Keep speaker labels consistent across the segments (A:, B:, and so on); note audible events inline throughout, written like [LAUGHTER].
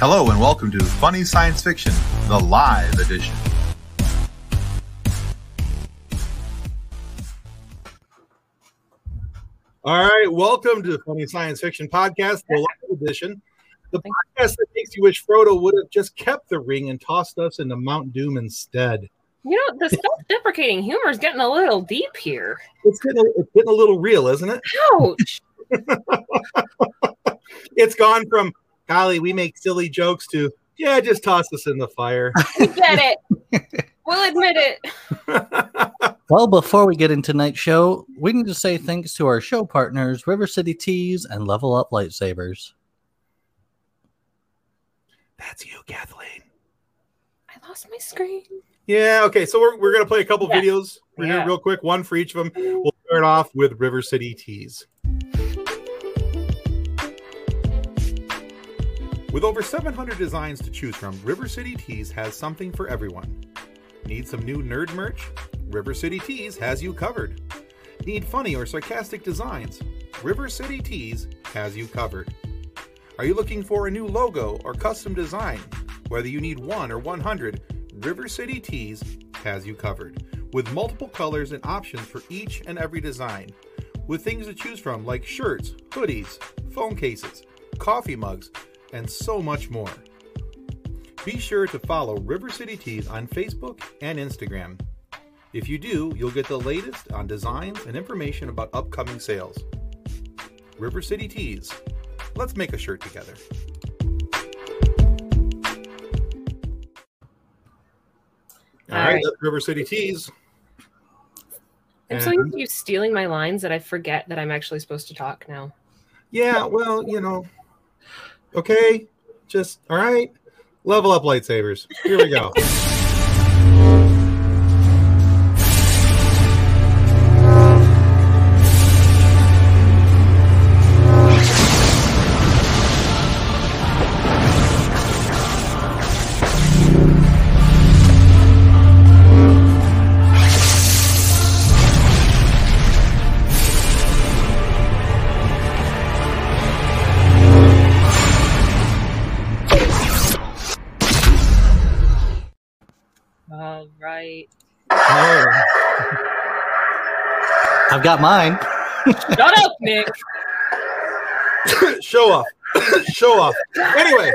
A: Hello and welcome to Funny Science Fiction, the live edition.
B: All right, welcome to the Funny Science Fiction Podcast, the live edition. The podcast that makes you wish Frodo would have just kept the ring and tossed us into Mount Doom instead.
C: You
B: [LAUGHS]
C: know, the self-deprecating humor is getting a little deep here.
B: It's getting a, it's getting a little real, isn't it?
C: [LAUGHS] Ouch!
B: It's gone from, golly, we make silly jokes to, yeah, just toss us in the fire. [LAUGHS]
C: We get it. We'll admit it.
D: Well, before we get into tonight's show, we need to say thanks to our show partners, River City Tees and Level Up Lightsabers.
B: That's you, Kathleen.
C: I lost my screen.
B: Yeah, okay, so we're, we're going to play a couple
C: Yeah.
B: videos. We're going
C: Yeah.
B: to real quick, one for each of them. We'll start off with River City Tees. With over 700 designs to choose from, River City Tees has something for everyone. Need some new nerd merch? River City Tees has you covered. Need funny or sarcastic designs? River City Tees has you covered. Are you looking for a new logo or custom design? Whether you need one or 100, River City Tees has you covered with multiple colors and options for each and every design. With things to choose from like shirts, hoodies, phone cases, coffee mugs, and so much more. Be sure to follow River City Tees on Facebook and Instagram. If you do, you'll get the latest on designs and information about upcoming sales. River City Tees. Let's make a shirt together. All
C: All
B: right,
C: right.
B: that's River City Tees.
C: I'm so
B: And-
C: used to you stealing my lines that I forget that I'm actually supposed to talk now.
B: Yeah, well, you know, okay, just all right. Level up lightsabers. Here we
C: [LAUGHS]
B: go.
C: All right.
B: Oh,
D: I've got mine.
C: Shut up, Nick.
B: show off. show off. Anyway,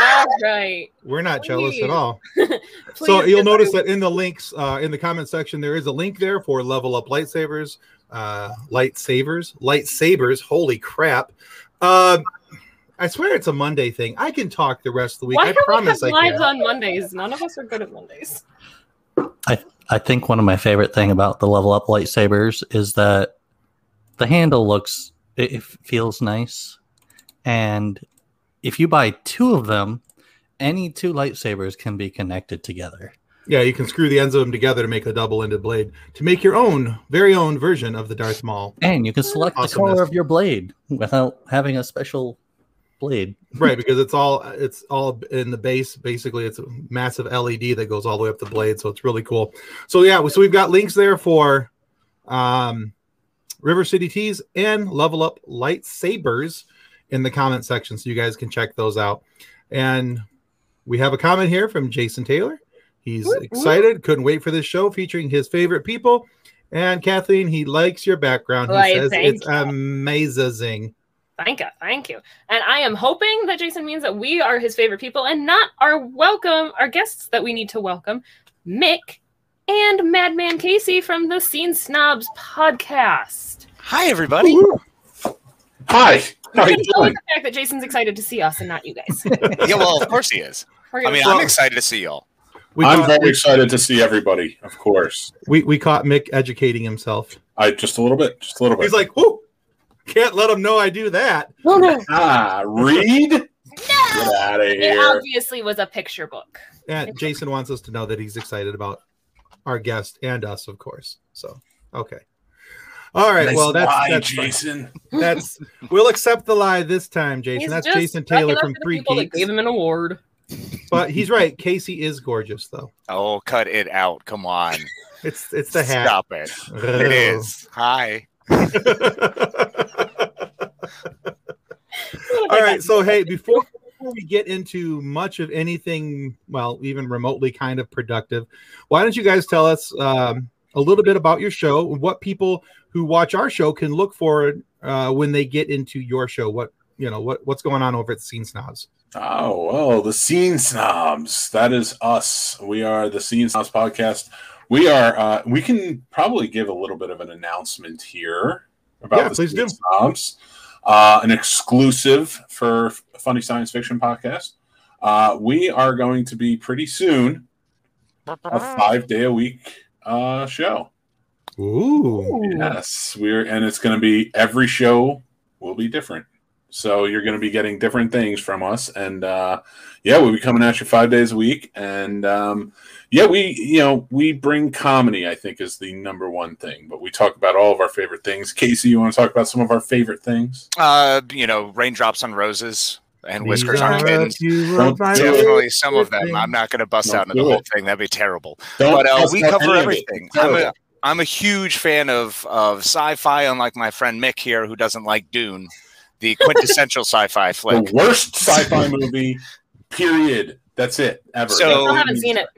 C: All right.
B: we're not jealous at all.
C: Please,
B: so you'll
C: if
B: notice
C: I-
B: that in the links uh, in the comment section there is a link there for level up lightsabers uh, lightsabers lightsabers holy crap uh, i swear it's a monday thing i can talk the rest of the week
C: Why
B: i
C: don't
B: promise
C: we
B: i
C: have lives
B: can
C: on Mondays? None of us are good at Mondays.
D: I think one of my favorite thing about the Level Up Lightsabers is that the handle looks it, it feels nice, and if you buy two of them, any two lightsabers can be connected together.
B: yeah you can screw the ends of them together to make a double-ended blade to make your own very own version of the darth maul
D: And you can select the
B: Awesomeness.
D: color of your blade without having a special blade.
B: right because it's all it's all in the base basically it's a massive led that goes all the way up the blade so it's really cool so yeah so we've got links there for um river city tees and level up lightsabers in the comment section so you guys can check those out and we have a comment here from jason taylor he's
C: Whoop, whoop.
B: excited couldn't wait for this show featuring his favorite people and kathleen he likes your background he
C: Why,
B: says
C: thank
B: it's
C: you.
B: amazing
C: Thank you. Thank you. And I am hoping that Jason means that we are his favorite people and not our welcome, our guests that we need to welcome, Mick and Madman Casey from the Scene Snobs podcast.
E: Hi, everybody.
F: Hi. How
C: I
F: are
C: can
F: you
C: tell with
F: doing?
C: the fact that Jason's excited to see us and not you
E: [LAUGHS]
C: guys.
E: yeah, well, of course he is.
C: We're
E: I
C: gonna-
E: mean, I'm excited to see y'all.
B: We
F: I'm
B: caught-
F: very excited to see everybody, of course.
B: We we caught Mick educating himself.
F: I just a little bit, just a little bit.
B: He's like, "Whoo, can't let him know I do that."
C: no, no,
F: ah, read? Get
C: no.
F: out of
C: It
F: here.
C: obviously was a picture book.
B: And Jason wants us to know that he's excited about our guest and us, of course. So, okay. All right. well, that's that's, fine.
F: Jason.
B: that's we'll accept the lie this time, Jason.
C: He's
B: that's
C: just
B: Jason Taylor
C: sucking up
B: from
C: to the
B: Free
C: people that
B: Geeks.
C: gave him an award.
B: But he's right. Casey is gorgeous, though.
E: Oh, cut it out. Come on.
F: [LAUGHS]
B: It's it's the hat.
E: Stop it.
F: Oh.
E: It is. Hi.
B: [LAUGHS] Oh. [LAUGHS] All right. So hey, before, before we get into much of anything, well, even remotely kind of productive, why don't you guys tell us um, a little bit about your show? What people who watch our show can look for uh, when they get into your show? What you know? What what's going on over at Scene Snobs?
F: Oh, well, the Scene Snobs. That is us. We are the Scene Snobs podcast. We are, uh, we can probably give a little bit of an announcement here about
B: Yeah,
F: the
B: please
F: Scene
B: do.
F: Snobs, uh, an exclusive for Funny Science Fiction Podcast. Uh, we are going to be pretty soon a five day a week uh, show.
B: Ooh.
F: Yes, we're and it's going to be every show will be different. So you're going to be getting different things from us, and uh, yeah, we'll be coming at you five days a week, and um, yeah, we you know we bring comedy. I think is the number one thing, but we talk about all of our favorite things. Casey, you want to talk about some of our favorite things?
E: Uh, you know, raindrops on roses and whiskers on kittens.
F: Don't do it.
E: Definitely some of them. I'm not going to bust
F: Don't
E: out into the
F: do
E: whole
F: it.
E: thing. That'd be terrible.
F: Don't
E: but uh,
F: cuss
E: we
F: out
E: cover
F: any of it.
E: everything.
F: It's
E: I'm a,
F: terrible.
E: I'm a huge fan of of sci-fi, unlike my friend Mick here, who doesn't like Dune, the quintessential sci-fi flick.
F: [LAUGHS] the
E: [LAUGHS]
F: worst sci-fi movie. Period. That's it. Ever.
E: So-
F: That's
E: I
F: all
C: still
F: you
C: haven't
F: need
C: seen
F: to-
C: it.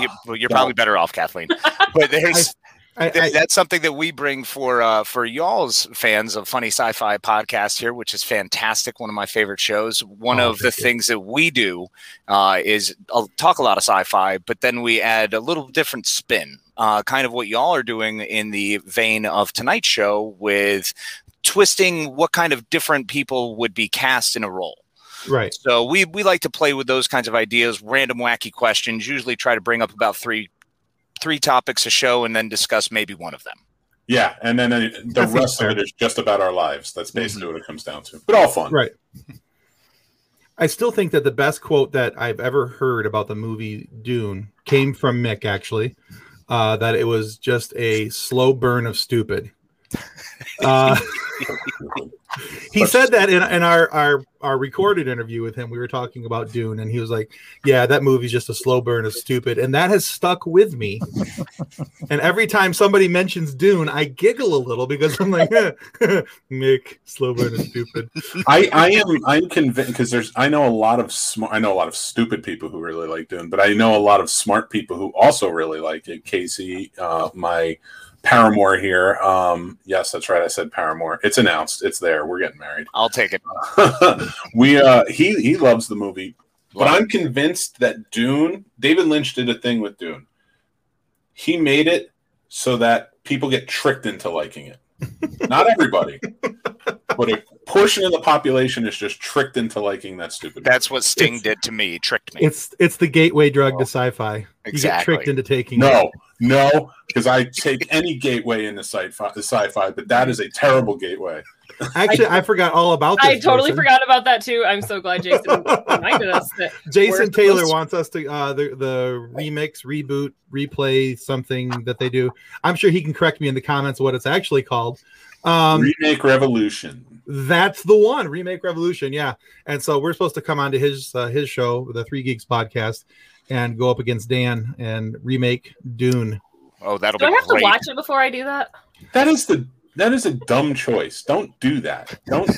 E: You-
F: Ah,
E: well, You're
F: God.
E: probably better off,
F: [LAUGHS]
E: Kathleen. But there's
B: I,
E: th-
B: I,
E: that's something that we bring for uh, for y'all's fans of funny sci-fi podcast here, which is fantastic. One of my favorite shows. One
B: Oh,
E: of the
B: thank you.
E: things that we do uh, is uh, talk a lot of sci-fi, but then we add a little different spin, uh, kind of what y'all are doing in the vein of tonight's show with twisting what kind of different people would be cast in a role.
B: right.
E: So we we like to play with those kinds of ideas, random wacky questions. Usually try to bring up about three three topics a show and then discuss maybe one of them.
F: Yeah, and then uh, the
B: That seems
F: rest
B: fair.
F: of it is just about our lives. That's basically what it comes down to. But all fun.
B: Right. I still think that the best quote that I've ever heard about the movie Dune came from Mick, actually, uh, that it was just a slow burn of stupid. Uh, [LAUGHS] he said that in, in our, our, our recorded interview with him. We were talking about Dune, and he was like, Yeah, that movie's just a slow burn of stupid. And that has stuck with me. and every time somebody mentions Dune, I giggle a little because I'm like, [LAUGHS] Mick, slow burn of stupid.
F: I, I am I'm convinced because there's I know a lot of smart I know a lot of stupid people who really like Dune, but I know a lot of smart people who also really like it. Casey, uh, my paramour here. Um, yes, that's right. I said paramour. It's announced. It's there. We're getting married. [LAUGHS]
E: I'll take it.
F: we uh, he he loves the movie But I'm convinced that Dune, David Lynch did a thing with Dune. He made it so that people get tricked into liking it. Not everybody, but a portion of the population is just tricked into liking that stupid.
E: That's what Sting
B: It's-
E: did to me. Tricked me.
B: It's it's the gateway drug to sci-fi. You get
E: exactly.
B: tricked into taking it.
F: no, no, because I take any gateway into sci-fi, sci-fi, but that is a terrible gateway.
B: Actually, I, forgot all about this.
C: I totally
B: Jason.
C: forgot about that too. I'm so glad Jason reminded us that
B: Jason
C: Where's
B: Taylor
C: this?
B: wants us to uh, the the remix, reboot, replay something that they do. I'm sure he can correct me in the comments what it's actually called. Um,
F: Remake Revolution.
B: that's the one, Remake Revolution. Yeah, and so we're supposed to come onto his uh, his show, the Three Geeks podcast, and go up against Dan and remake Dune.
E: oh, that'll
C: do I
E: be
C: have to
E: great.
C: watch it before I do that?
F: That is the that is a dumb choice. Don't do that. Don't.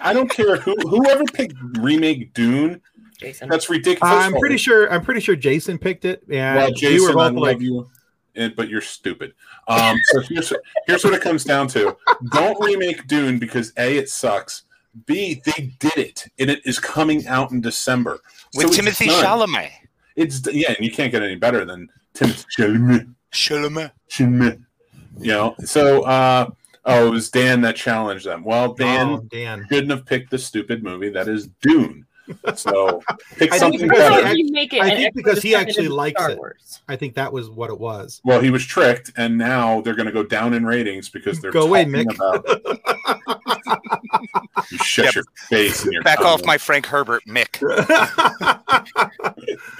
F: I don't care who whoever picked remake Dune.
C: Jason.
F: That's ridiculous.
B: I'm pretty sure. I'm pretty sure Jason picked it, and
F: Well,
B: we
F: Jason,
B: were
F: I
B: both
F: love
B: like,
F: you, and- but you're stupid. Um, so here's here's what it comes down to: don't remake Dune because a it sucks. B they did it, and it is coming out in December
E: With
F: So it's
E: Timothy
F: done.
E: Chalamet.
F: It's yeah, and you can't get any better than Timothy Chalamet.
E: Chalamet.
F: Chalamet. You know, so uh, oh, it was Dan that challenged them. Well, Dan
B: "Oh, Dan."
F: shouldn't have picked the stupid movie that is Dune.
B: [LAUGHS]
F: So pick
B: I think
F: something
B: because he
F: better.
B: act-
C: Remake it
B: I
C: and
B: think
C: actually
B: because he
C: turn it
B: actually
C: into
B: likes
C: Star
B: it.
C: Wars.
B: [LAUGHS] I think that was what it was.
F: Well, he was tricked, and now they're going to go down in ratings because they're
B: Go away,
F: talking
B: Mick.
F: about.
B: [LAUGHS]
F: you shut
E: Yep.
F: your face and your
B: Oh.
E: Back off
F: comments.
E: my Frank Herbert Mick.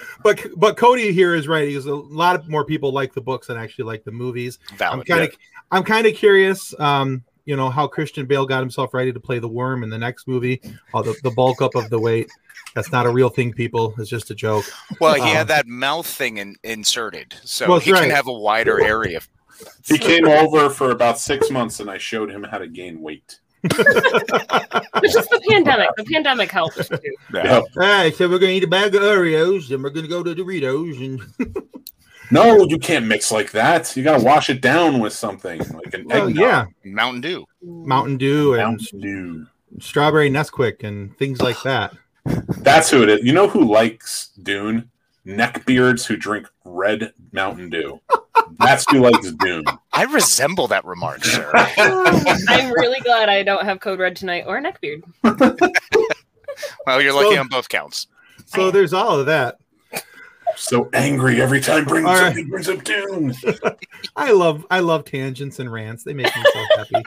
B: [LAUGHS] but but Cody here is right. He's a lot of more people like the books than actually like the movies. I'm
E: Valid.
B: kind of I'm kind of curious. Um, you Oh, know how Christian Bale got himself ready to play the worm in the next movie, all the, the bulk up of the weight. That's not a real thing, people. It's just a joke.
E: Well, he
B: Uh, [LAUGHS]
E: had that mouth thing in, inserted, so
B: Well, that's
E: he can
B: right.
E: have a wider area.
F: He came over for about six months, and I showed him how to gain weight.
C: It's just the pandemic. The pandemic helped [LAUGHS] too.
F: Yep.
B: All right, so we're gonna eat a bag of Oreos, and we're gonna go to Doritos, and
F: No, you can't mix like that. You gotta wash it down with something like an
B: well,
F: egg.
B: yeah,
E: Mountain Dew.
B: Mountain Dew and
F: Mountain Dew.
B: strawberry Nesquik and things like that.
F: That's who it is. You know who likes Dune? Neckbeards who drink red Mountain Dew. That's who likes Dune.
E: I resemble that remark,
B: [LAUGHS]
E: sir.
C: Ah, I'm really glad I don't have Code Red tonight or Neckbeard.
B: [LAUGHS]
E: Well, you're lucky
B: So-
E: on both counts.
B: So there's all of that.
F: so angry every time brings
B: All right.
F: something brings up Dune.
B: I love I love tangents and rants. They make me so
F: [LAUGHS]
B: happy.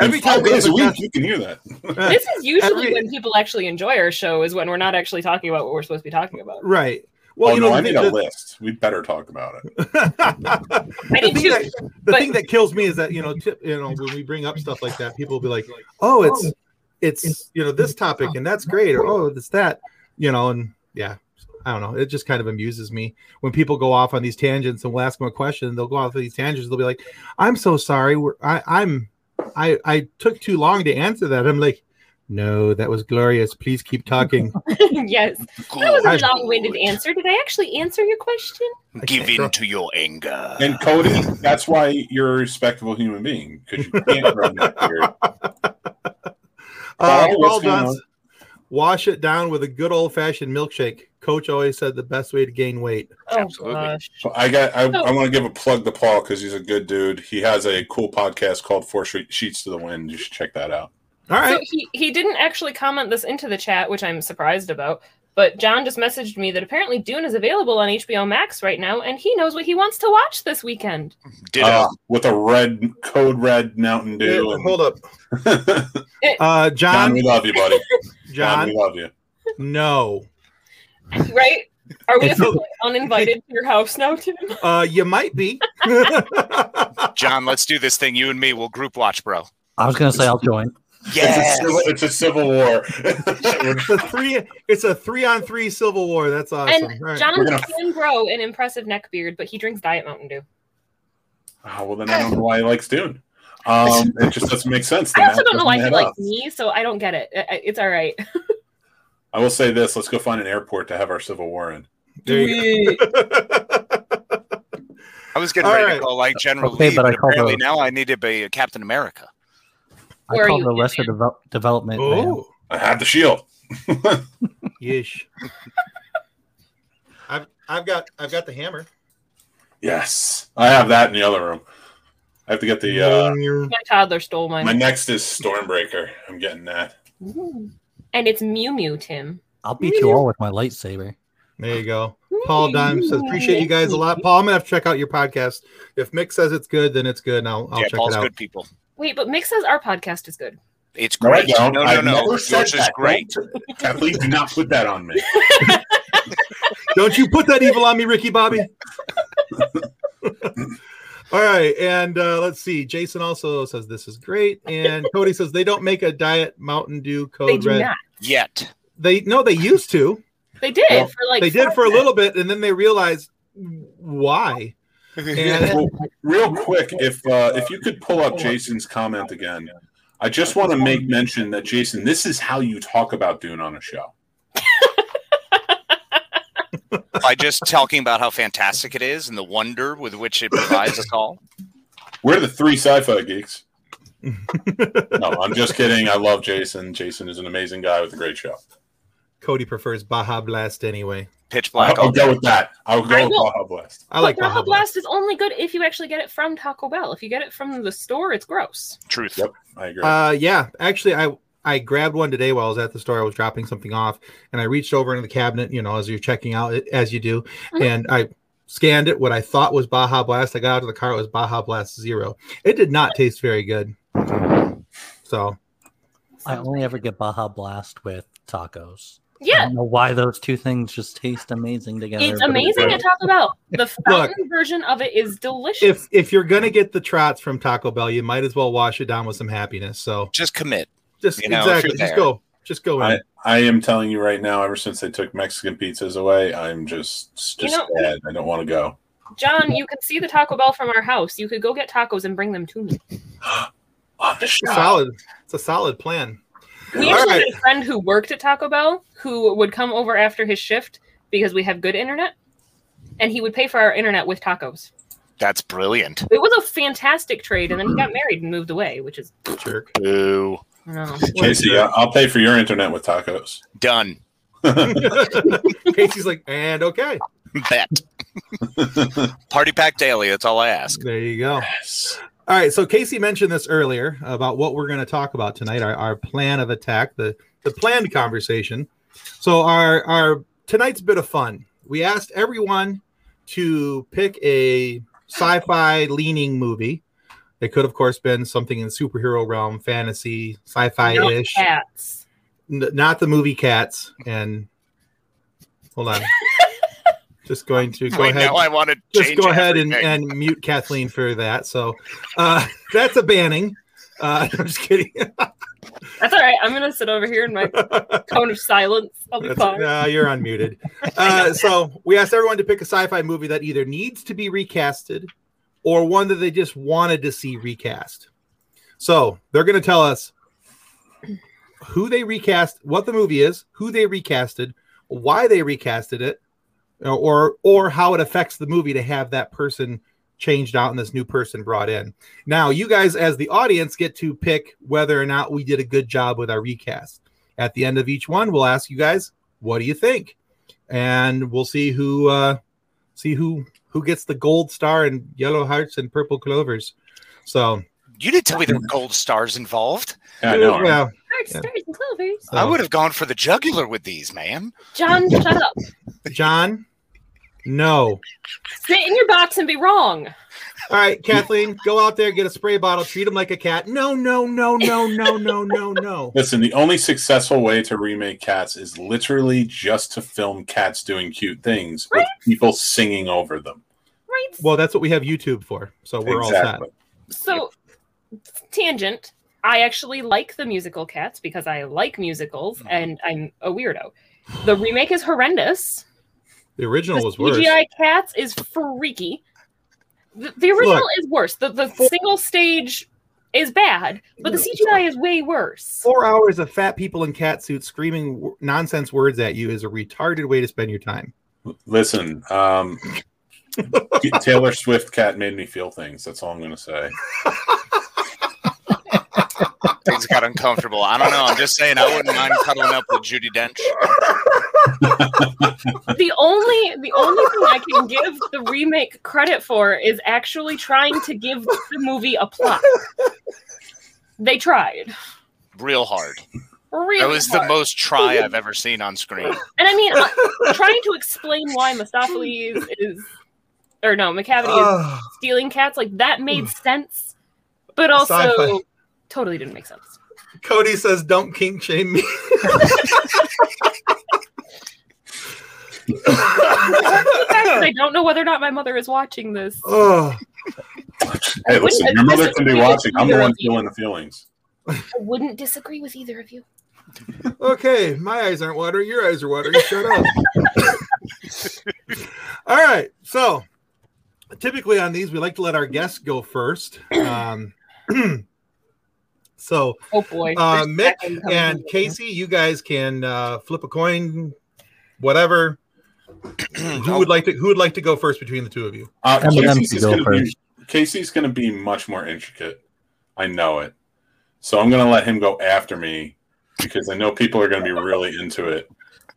F: Every
B: Every
F: five
B: time we
F: days
B: have a
F: a week,
B: guest-
F: you can hear that.
C: This is usually
B: Every-
C: when people actually enjoy our show is when we're not actually talking about what we're supposed to be talking about.
B: [LAUGHS] [LAUGHS] Right.
F: Well,
B: Well, you know,
F: Oh, no, I
B: the,
F: made
B: thing
F: a
B: that,
F: list. We better talk about it.
C: I
B: the
C: did
B: thing
C: too.
B: that the
C: but-
B: thing that kills me is that you know, tip, you know, when we bring up stuff like that, people will be like, "Oh, it's it's you know this topic and that's great," or "Oh, it's that," you know, and yeah, I don't know. It just kind of amuses me when people go off on these tangents and we'll ask them a question. and They'll go off on these tangents. They'll be like, "I'm so sorry. We're, I, I'm I I took too long to answer that." I'm like, "No, that was glorious. Please keep talking."
C: yes. That was
B: I-
C: a long-winded answer. Did I actually answer your question?
E: Give in to your anger.
F: And Cody, that's why you're a respectable human being because you can't run that beard.
B: Uh,
F: Paul,
B: Paul
F: what's going
B: Johnson, wash it down with a good old fashioned milkshake. Coach always said the best way to gain weight.
C: Oh
E: Absolutely.
C: gosh.
F: But I got. I, I want to give a plug to Paul because he's a good dude. He has a cool podcast called Four She- Sheets to the Wind. You should check that out.
B: All
C: So
B: right.
C: he, he didn't actually comment this into the chat, which I'm surprised about. But John just messaged me that apparently Dune is available on HBO Max right now, and he knows what he wants to watch this weekend.
E: Ditto.
F: Uh, with a red code red Mountain
B: Yeah,
F: Dew. and-
B: hold up.
F: John,
B: Uh, John,
F: we love you, buddy.
B: John,
F: John, we love you.
B: no.
C: Right? Are we
D: It's-
C: officially uninvited to your house now, Tim?
B: Uh, you might be. [LAUGHS]
F: uh,
E: [LAUGHS] John, let's do this thing. You and me will group watch, bro.
D: I was gonna say I'll join.
E: Yes.
F: It's, a civil, it's a civil war. [LAUGHS]
B: it's a three. It's a three on three civil war. That's awesome.
C: And
B: All right.
C: John
F: We're gonna-
C: can grow an impressive neck beard, but he drinks Diet Mountain Dew.
F: oh, well, then I don't know why he likes Dune. Um, it just doesn't make sense. The
C: I also
F: math
C: don't know why
F: doesn't
C: he
F: add
C: likes
F: up.
C: me, so I don't get it. I- I- It's all right.
F: I will say this: Let's go find an airport to have our civil war in.
B: There you go.
E: I was getting
B: All
E: ready
B: right.
E: to call like General
D: Okay,
E: Lee,
D: but
E: but,
D: I called
E: apparently
D: a-
E: now I need to be a Captain America.
D: I
C: Where are
D: call
C: you
D: the
C: in,
D: lesser devel- development.
B: [LAUGHS]
D: man.
B: oh,
F: I have the shield.
B: yeesh. I've I've got I've got the hammer.
F: Yes, I have that in the other room. I have to get the.
C: [LAUGHS]
F: Uh,
C: My toddler stole mine.
F: my next is Stormbreaker. I'm getting that.
C: and it's Mew Mew, Tim.
D: I'll beat you all with my lightsaber.
B: There you go. Paul Dimes says, appreciate you guys a lot. Paul, I'm gonna have to check out your podcast. If Mick says it's good, then it's good. And I'll, I'll
E: yeah,
B: check
E: Paul's
B: it out.
E: good people.
C: Wait, but Mick says our podcast is good.
E: It's
F: No, I
E: great. No,
F: don't.
E: no, no.
F: I've never
E: Yours
F: said
E: is
F: that.
E: great.
F: Don't- Kathleen, do not put that on me.
B: [LAUGHS] Don't you put that evil on me, Ricky
E: [LAUGHS]
B: Bobby. All right, and uh, let's see. Jason also says this is great, and Cody says they don't make a diet Mountain Dew Code
C: They do
B: Oh, Red.
C: not.
E: Yet.
B: They no, they used to.
C: They did
F: Well,
C: for like.
B: they did
C: five
B: for a
C: minutes.
B: little bit, and then they realized
E: [LAUGHS]
B: why.
F: [LAUGHS]
B: And
F: Well, real quick, if uh, if you could pull up Jason's comment again, I just want to make mention that Jason, this is how you talk about Dune on a show.
E: By just talking about how fantastic it is and the wonder with which it provides us all.
F: We're the three sci-fi geeks. no, I'm just kidding. I love Jason. Jason is an amazing guy with a great show.
B: Cody prefers Baja Blast anyway.
E: Pitch black.
F: I'll
E: all
F: go with that. I'll go
C: I
F: with
C: will-
F: Baja Blast.
B: I like
C: but Baja
B: Baja Blast.
C: Blast is only good if you actually get it from Taco Bell. If you get it from the store, it's gross.
E: Truth.
F: Yep. I agree.
B: Uh, yeah, actually, I I grabbed one today while I was at the store. I was dropping something off, and I reached over into the cabinet, you know, as you're checking out as you do,
C: Mhm.
B: and I scanned it. What I thought was Baja Blast, I got out of the car. It was Baja Blast Zero. It did not taste very good. So
D: I only ever get Baja Blast with tacos. I
C: Yeah,
D: don't know why those two things just taste amazing together.
C: it's
D: but
C: amazing
D: does.
C: at
B: [LAUGHS]
C: Taco Bell. The fountain version of it is delicious.
B: if if you're gonna get the trots from Taco Bell, you might as well wash it down with some happiness. So
E: Just commit.
B: just
E: You know, if you're
B: exactly, just
E: there.
B: go. Just go in.
F: I am telling you right now. Ever since they took Mexican pizzas away, I'm just it's
C: You
F: just
C: know-
F: sad. I don't want to go.
C: John, you can see the Taco Bell from our house. You could go get tacos and bring them to me.
F: On
B: It's
F: the
B: a
F: shop.
B: solid. It's a solid plan.
C: We
B: All
C: actually
B: right.
C: had a friend who worked at Taco Bell who would come over after his shift because we have good internet, and he would pay for our internet with tacos.
E: That's brilliant.
C: It was a fantastic trade, and then he got married and moved away, which is
B: Jerk. [LAUGHS]
E: Boo.
C: no.
F: Casey, I- I'll pay for your internet with tacos.
E: Done. [LAUGHS]
B: Casey's like, and okay,
F: [LAUGHS]
E: Bet. Party pack daily. That's all I ask.
B: there you go.
F: Yes.
B: All right, so Casey mentioned this earlier about what we're going to talk about tonight, our, our plan of attack, the the planned conversation. So our our tonight's bit of fun. We asked everyone to pick a sci-fi leaning movie. It could, of course, been something in the superhero realm, fantasy,
C: No
B: sci-fi-ish.
C: cats.
B: N- not the movie Cats. And hold on, just going to go
E: Wait,
B: ahead
E: now I want to
B: just
E: change
B: go ahead and,
E: everything.
B: and mute Kathleen for that. So uh, [LAUGHS] that's a banning. Uh, [LAUGHS] I'm just kidding.
C: That's all right. I'm gonna sit over here in
B: [LAUGHS]
C: my cone of silence. I'll be
B: That's-
C: fine.
B: nah, you're
C: [LAUGHS]
B: unmuted. Uh, so we asked everyone to pick a sci-fi movie that either needs to be recasted or one that they just wanted to see recast. So they're going to tell us who they recast, what the movie is, who they recasted, why they recasted it, or or how it affects the movie to have that person changed out and this new person brought in. Now, you guys as the audience get to pick whether or not we did a good job with our recast. At the end of each one, we'll ask you guys, what do you think? And we'll see who uh see who who gets the gold star and yellow hearts and purple clovers. So,
E: You didn't tell me there were gold stars involved.
F: Yeah, I know. right?
B: well, uh,
C: Hearts,
B: Yeah.
C: stars, and clovers.
B: so,
E: I would have gone for the jugular with these, man.
C: John, shut up.
B: John. No.
C: Sit in your box and be wrong.
B: All right, Kathleen, go out there, get a spray bottle, treat him like a cat. No, no, no, no, no, no, no, no.
F: Listen, the only successful way to remake Cats is literally just to film cats doing cute things with people singing over them.
C: Right?
B: Well, that's what we have YouTube for. So we're all set.
F: exactly.
C: So, tangent. I actually like the musical Cats because I like musicals
B: Mm-hmm.
C: and I'm a weirdo. The remake is horrendous.
B: The original
C: the
B: was worse.
C: CGI Cats is freaky. The, the original
B: Look.
C: is worse. The, the single stage is bad, but the CGI is way worse.
B: Four hours of fat people in cat suits screaming w- nonsense words at you is a retarded way to spend your time.
F: Listen, um, [LAUGHS] Taylor Swift cat made me feel things. That's all I'm going to say.
E: Things got uncomfortable. I don't know. I'm just saying I wouldn't mind cuddling up with Judy Dench.
C: the only the only thing I
B: [LAUGHS]
C: can give the remake credit for is actually trying to give the movie a plot. They tried.
E: Real hard.
C: Really
E: That was the
C: hard.
E: most try I've ever seen on screen.
C: And I mean,
B: [LAUGHS]
C: uh, trying to explain why Mistopheles is, or no, McCavity
B: Ugh.
C: is stealing cats, like that made sense, but also
B: Mm. Sci-fi.
C: totally didn't make sense.
B: Cody says, "Don't kink shame me."
C: The fact
B: [LAUGHS]
C: that I don't know whether or not my mother is watching this.
B: oh,
F: Hey, listen, your mother can be watching. I'm the
C: Either
F: one
C: of you.
F: feeling the feelings.
C: I wouldn't disagree with either of you.
B: okay. My eyes aren't watering. Your eyes are watering. Shut up. [LAUGHS] All right. So, typically on these, we like to let our guests go first. Um, [CLEARS THROAT] so,
C: Oh boy.
B: Uh,
C: There's
B: Mick
C: second coming
B: and
C: in.
B: Casey, you guys can uh, flip a coin,
F: [CLEARS THROAT]
B: whatever. [CLEARS THROAT] who would like to Who would like to go first between the two of you?
F: Uh,
D: I'm gonna
F: Casey's, is
D: go
F: gonna be,
D: first.
F: Casey's gonna be much more intricate. I know it. So I'm gonna let him go after me because I know people are gonna be really into it.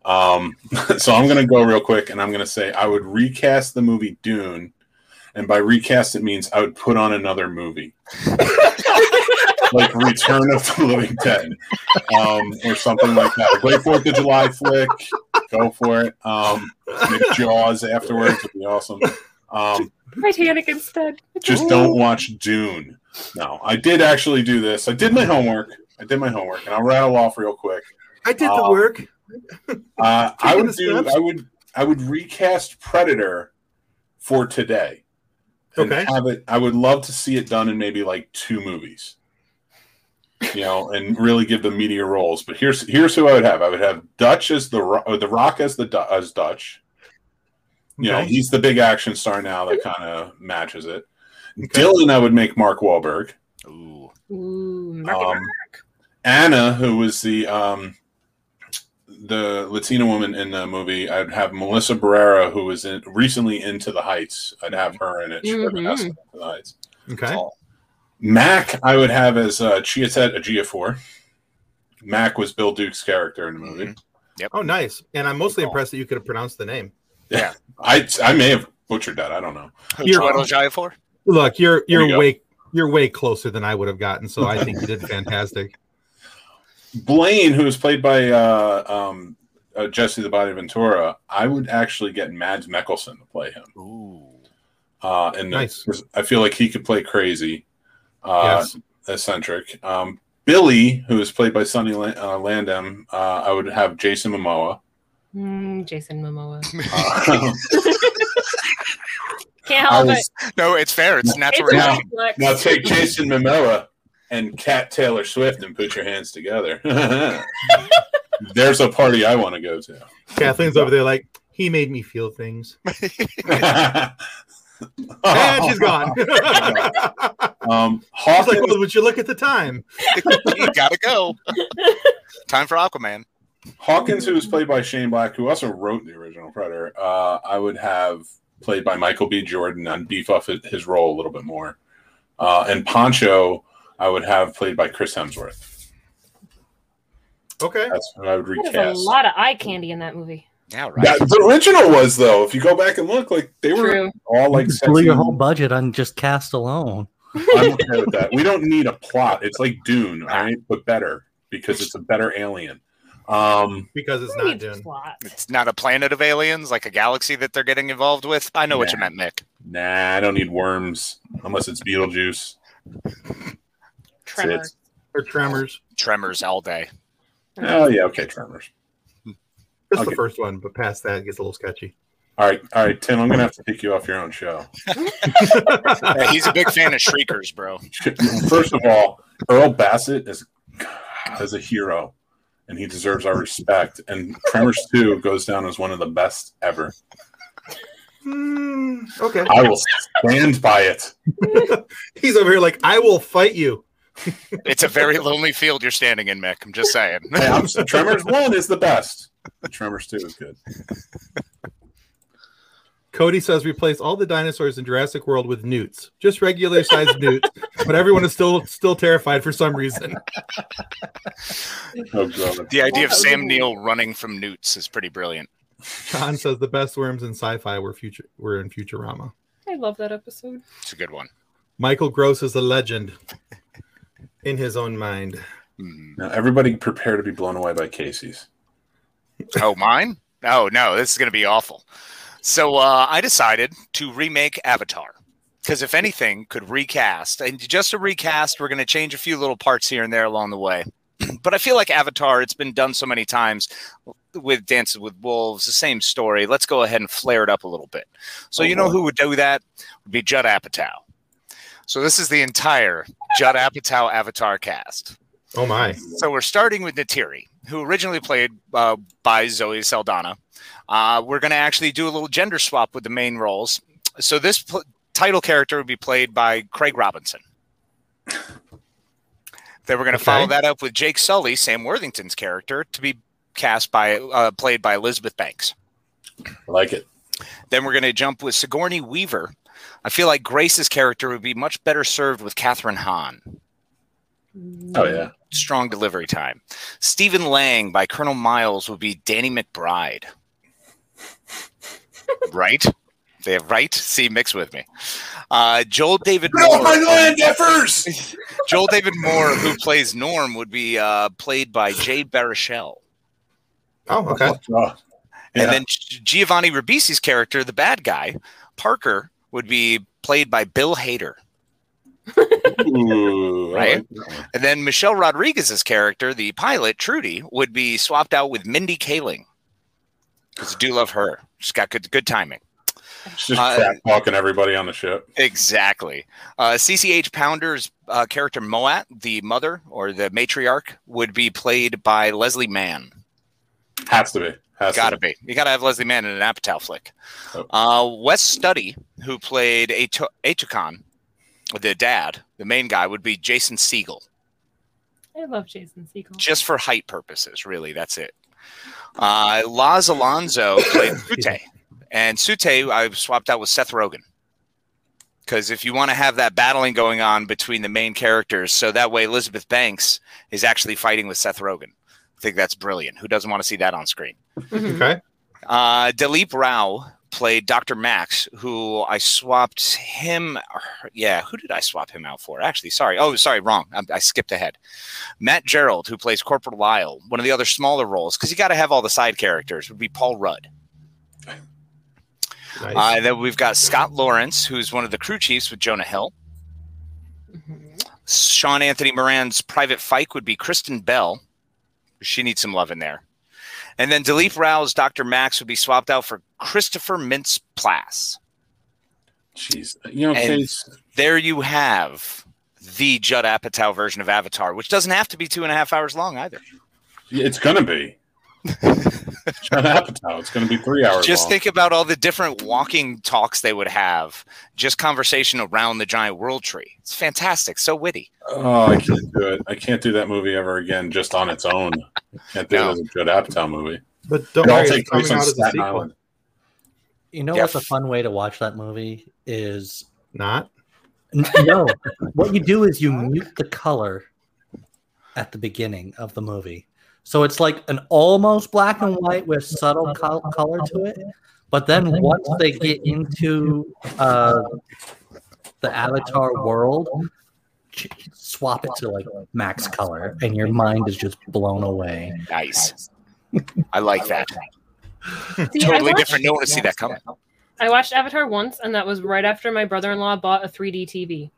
F: Um, [LAUGHS] so I'm gonna go real quick and I'm gonna say I would recast the movie Dune, and by recast it means I would put on another movie. [LAUGHS] like Return of the Living Dead. Um, or something like that. Play Fourth of July flick. Go for it. Um maybe Jaws afterwards would be awesome. Um,
C: Titanic instead.
F: just don't watch Dune. No, I did actually do this. I did my homework. I did my homework, and I'll rattle off real quick.
B: I did the
F: Uh,
B: work.
F: Uh, I
B: Taking
F: would
B: the
F: do.
B: steps?
F: I would. I would recast Predator for today. and
B: Okay.
F: Have it. I would love to see it done in maybe like two movies. you know, and really give the media roles. But here's here's who I would have. I would have Dutch as the Ro- or the Rock as the Du- as Dutch. You know,
B: Okay.
F: he's the big action star now that kind of matches it. Dylan, I would make Mark Wahlberg.
E: Ooh.
C: Ooh, Marky
F: Um, Anna, who was the um, the Latina woman in the movie, I'd have Melissa Barrera, who was in, recently into the Heights. I'd have her in it. She
C: Mhm.
F: recognized her Into the Heights.
B: Okay.
F: Mac, I would have as uh, Chiatet Ejiofor. Mac was Bill Duke's character in the movie.
B: Oh, nice. And I'm mostly
E: Good call.
B: impressed that you could have pronounced the name.
F: I I may have butchered that. I don't know.
B: You're-
E: Chiwetel Ejiofor?
B: Look, you're
F: There you
B: you're
F: go.
B: way you're way closer than I would have gotten, so I think you did fantastic.
F: Blaine, who was played by uh, um, uh, Jesse the Body Ventura, I would actually get Mads Mikkelsen to play him.
E: Ooh.
F: Uh, and
B: Nice.
F: 'cause I feel like he could play crazy, [LAUGHS] uh,
B: yes.
F: eccentric. Um, Billy, who is played by Sonny La- uh, Landem, uh, I would have Jason Momoa.
C: Mm, Jason
F: [LAUGHS]
C: Momoa.
F: Uh,
C: Can't
F: I
C: help
F: was-
E: No, it's fair. It's
C: it.
E: natural.
C: It's
F: now-
C: a complex.
F: [LAUGHS] Now take Jason Momoa and Cat Taylor Swift and put your hands together. [LAUGHS] There's a party I want to go
B: [LAUGHS] Kathleen's over there like he made me feel
F: [LAUGHS]
B: things.
F: to.
B: And she's gone. She's
F: [LAUGHS] Um, Hawkins,
B: like, oh, well, would you look at the time?
E: [LAUGHS] you gotta go.
C: [LAUGHS]
E: Time for Aquaman.
F: Hawkins, who was played by Shane Black, who also wrote the original Predator, uh, I would have played by Michael B. Jordan and beef up his- his role a little bit more. Uh, and Poncho, I would have played by Chris Hemsworth.
B: Okay.
F: That's who I would
C: There's
F: recast.
C: a lot of eye candy in that movie.
E: Yeah, right.
F: That- the original was though. If you go back and look, like they were
C: True.
F: all like
D: blew
F: sexy.
D: your whole budget on just cast alone.
C: [LAUGHS]
F: I'm okay with that. We don't need a plot. It's like Dune, all right, but better because it's a better alien. Um,
B: Because it's
C: Who
B: not
C: needs a
B: doing.
C: plot?
E: It's not a planet of aliens, like a galaxy that they're getting involved with. I know what you meant, Mick.
F: nah, I don't need worms unless it's Beetlejuice.
C: Tremor.
B: Or Tremors.
E: Tremors
B: [LAUGHS]
E: all day.
F: Oh yeah, okay, Tremors.
B: Just
F: Okay.
B: the first one, but past that it gets a little
F: [LAUGHS]
B: sketchy.
F: All right, all right, Tim. I'm gonna have to pick you off your own show.
E: Yeah, he's a big fan of shriekers, bro.
F: First of all, Earl Bassett is is a hero, and he deserves our respect. And Tremors Two goes down as one of the best ever.
B: Hmm, okay.
F: I will stand by it.
B: He's over here like, I will fight you.
E: It's a very lonely field you're standing in, Mick. I'm just [LAUGHS] saying.
F: Hey, I'm- Tremors One is the best. Tremors Two is good.
B: Cody says replace all the dinosaurs in Jurassic World with newts, just regular sized newts, but everyone is still still terrified for some reason.
F: Oh god.
E: The idea of Sam Neill running from newts is pretty brilliant.
B: Khan says the best worms in sci-fi were future were in Futurama.
C: I love that episode.
E: It's a good one.
B: Michael Gross is a legend in his own mind.
E: Mhm.
F: Now everybody prepare to be blown away by Casey's.
E: Oh, mine? Oh, no, this is going to be awful. So uh, I decided to remake Avatar because if anything could recast, and just a recast, we're going to change a few little parts here and there along the way. [CLEARS THROAT] but I feel like Avatar, it's been done so many times with Dances with Wolves, the same story. Let's go ahead and flare it up a little bit. So
F: Oh,
E: you know
F: boy.
E: who would do that? Would be Judd Apatow. So this is the entire Judd Apatow Avatar cast.
B: Oh my.
E: So we're starting with Natiri, who originally played uh, by Zoe Saldana. Uh, we're going to actually do a little gender swap with the main roles. So this pl- title character would be played by Craig Robinson. Then we're going to
B: Okay.
E: follow that up with Jake Sully, Sam Worthington's character, to be cast by uh, played by Elizabeth Banks.
F: I like it.
E: Then we're going to jump with Sigourney Weaver. I feel like Grace's character would be much better served with Catherine Hahn.
C: Mm.
F: Oh yeah.
E: strong delivery time. Stephen Lang by Colonel Miles would be Danny McBride. right? They have right. See, mix with me. Uh, Joel David
F: Get off my
E: Moore.
F: land effers!
E: Joel David Moore, who plays Norm, would be uh, played by Jay Baruchel.
B: Oh, okay.
F: Oh,
E: And then G- Giovanni Ribisi's character, the bad guy, Parker, would be played by Bill Hader.
F: Ooh, I
E: Right?
F: like that one.
E: And then Michelle Rodriguez's character, the pilot Trudy, would be swapped out with Mindy Kaling because I do love her. She's got good good timing.
F: It's just
E: Uh,
F: crap talking everybody on the ship.
E: Exactly. Uh, CCH Pounder's uh, character Moat, the mother or the matriarch, would be played by Leslie Mann.
F: Has to be. Has
E: Gotta
F: to
E: be. You gotta have Leslie Mann in an Apatow flick.
F: Oh.
E: Uh, Wes Study, who played Ato- Atocon, the dad, the main guy, would be Jason Siegel.
C: I love Jason Segel. [LAUGHS]
E: Just for height purposes, really. That's it. Uh, Laz Alonso played Sute, and Sute I swapped out with Seth Rogen. Because if you want to have that battling going on between the main characters, so that way Elizabeth Banks is actually fighting with Seth Rogen. I think that's brilliant. Who doesn't want to see that on screen?
C: [LAUGHS] Mhm.
B: Okay.
E: Uh, Dilip Rao played Dr. Max, who I swapped him. Yeah, who did I swap him out for? Actually, sorry. Oh, sorry, wrong. I, I skipped ahead. Matt Gerald, who plays Corporal Lyle, one of the other smaller roles, because you got to have all the side characters, would be Paul Rudd.
B: Nice.
E: Uh, then we've got Scott Lawrence, who's one of the crew chiefs with Jonah Hill.
C: Mhm.
E: Sean Anthony Moran's private fight would be Kristen Bell. She needs some love in there. And then Dilip Rao's Dr. Max would be swapped out for Christopher Mintz Plasse.
F: be. Jeez. You know,
E: And-
F: kids,
E: there you have the Judd Apatow version of Avatar, which doesn't have to be two and a half hours long either.
F: it's going to be. Shut up, Apatow. It's going to be three hours
E: just
F: long.
E: think about all the different walking talks they would have, just conversation around the giant world tree. It's fantastic, so witty.
F: Oh, I can't do it. I can't do that movie ever again just on its own. I can't do
E: No.
F: it as a Judd Apatow movie.
B: but don't
F: It all
B: worry,
F: takes
B: it's coming
F: place on
B: out as a
F: Staten
B: sequel.
F: Island.
D: You know
E: Yeah.
D: what's a fun way to watch that movie is
B: Not.
D: N- [LAUGHS] No, what you do is you mute the color at the beginning of the movie, so it's like an almost black and white with subtle col- color to it. But then once they get into uh, the Avatar world, ch- swap it to like max color, and your mind is just blown away.
E: Nice. I like that.
C: See, I
E: Totally
C: watched-
E: different. No one would see that coming.
C: I watched Avatar once, and that was right after my brother-in-law bought a 3D TV,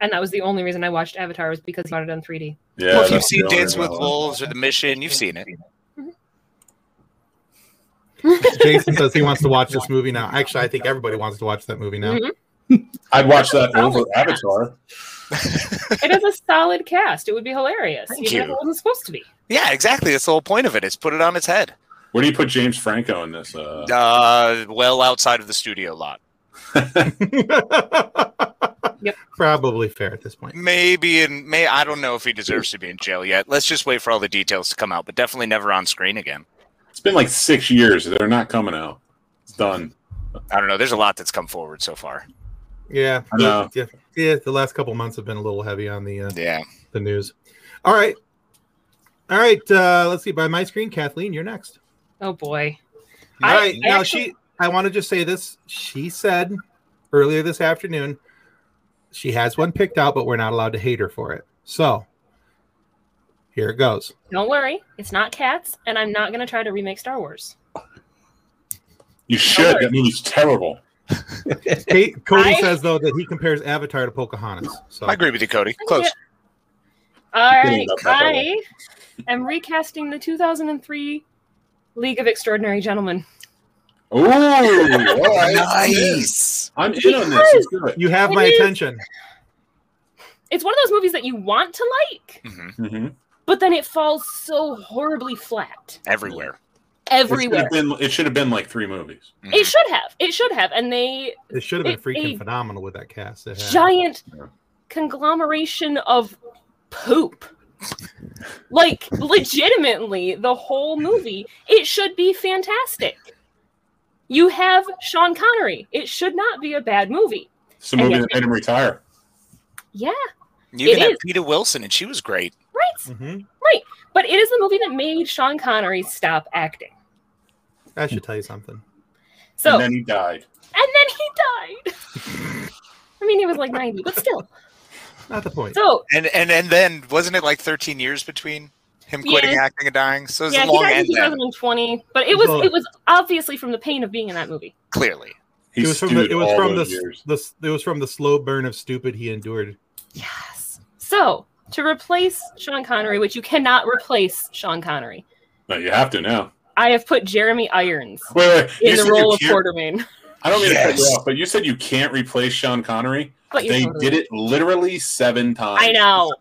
C: and that was the only reason I watched Avatar was because he bought it on 3D.
F: Yeah,
E: well, if you've
F: that's the
E: seen
F: only
E: Dance with
F: one.
E: Wolves or The Mission, you've seen it.
B: Jason says he wants to watch this movie now. Actually, I think everybody wants to watch that movie now.
C: Mhm.
F: I'd watch that
C: Oh,
F: over
C: yeah.
F: Avatar.
C: It is
E: [LAUGHS]
C: a solid cast. It would be hilarious.
E: Thank
C: even if
E: you.
C: it wasn't supposed to be.
E: Yeah, exactly. That's the whole point of it. It's put it on its head.
F: Where do you put James Franco in this? Uh,
E: Uh, well, outside of the studio lot,
B: [LAUGHS]
C: Yep.
B: Probably fair at this point.
E: maybe in May. I don't know if he deserves to be in jail yet. Let's just wait for all the details to come out, but definitely never on screen again.
F: it's been like six years. They're not coming out. It's done.
E: I don't know. There's a lot that's come forward so far.
B: Yeah.
F: I know.
B: Yeah. Yeah. The last couple months have been a little heavy on the uh,
E: Yeah.
B: the news. All right. All right. Uh, let's see. By my screen, Kathleen, you're next.
C: Oh boy.
B: All
C: I-
B: right.
C: I
B: now,
C: actually-
B: she, I want to just say this. She said earlier this afternoon, she has one picked out, but we're not allowed to hate her for it. So here it goes.
C: Don't worry, it's not cats, and I'm not gonna try to remake Star Wars.
F: You should. That movie's terrible.
B: Hey, Cody
C: [LAUGHS] I-
B: says, though, that he compares Avatar to Pocahontas. So
E: I agree with you, Cody. Close.
C: Yeah. All
F: You
C: right,
F: didn't love that, by the
C: I am recasting the 2003 League of Extraordinary Gentlemen.
E: [LAUGHS]
F: Ooh, all right.
E: Nice.
F: I'm in on this. Let's do it.
B: You have
C: It
B: my
C: is-
B: attention.
C: It's one of those movies that you want to like,
E: hmm
F: Mhm. It
C: but then it falls so horribly flat
E: Everywhere. Mm-hmm.
F: should have
C: everywhere.
F: been- It should have been like three movies.
C: It should have. It should have. And they
B: It should have
C: [LAUGHS] It-
B: been freaking
C: a
B: phenomenal with that cast. It had-
C: giant
F: Yeah.
C: conglomeration of poop. Like legitimately the whole movie. It should be fantastic. You have Sean Connery. It should not be a bad movie.
F: It's a movie
C: And
F: that made him retire.
C: Yeah,
E: You
C: It
E: can have
C: is.
E: Peter Wilson, and she was great.
C: right.
B: Mhm.
C: But it is the movie that made Sean Connery stop acting.
B: That should tell you something.
C: So
F: and then he died.
C: he died. [LAUGHS] I mean, he was like 90, but still.
B: Not the point.
C: So
E: And and and then wasn't it like 13 years between him quitting
C: Yeah.
E: acting and dying? So it was
C: yeah,
E: a
C: he
E: long
C: died in
E: end then,
C: 2020, but it was
B: So-
C: it was obviously from the pain of being in that movie.
E: clearly.
F: He
B: it was from the,
F: stewed
B: it was
F: all
B: from the,
F: those
B: s-
F: years.
B: the s- it was from the slow burn of stupid he endured.
C: Yes. So to replace Sean Connery, which you cannot replace Sean Connery,
F: No, you have to now.
C: I have put Jeremy Irons
F: Wait, wait.
C: in
F: you
C: the
F: said
C: role
F: you
C: of
F: can't-
C: Quartermain.
F: I don't mean to cut you
E: Yes.
F: off, but you said you can't replace Sean Connery.
C: But you
F: They
C: totally-
F: did it literally seven times.
C: I know.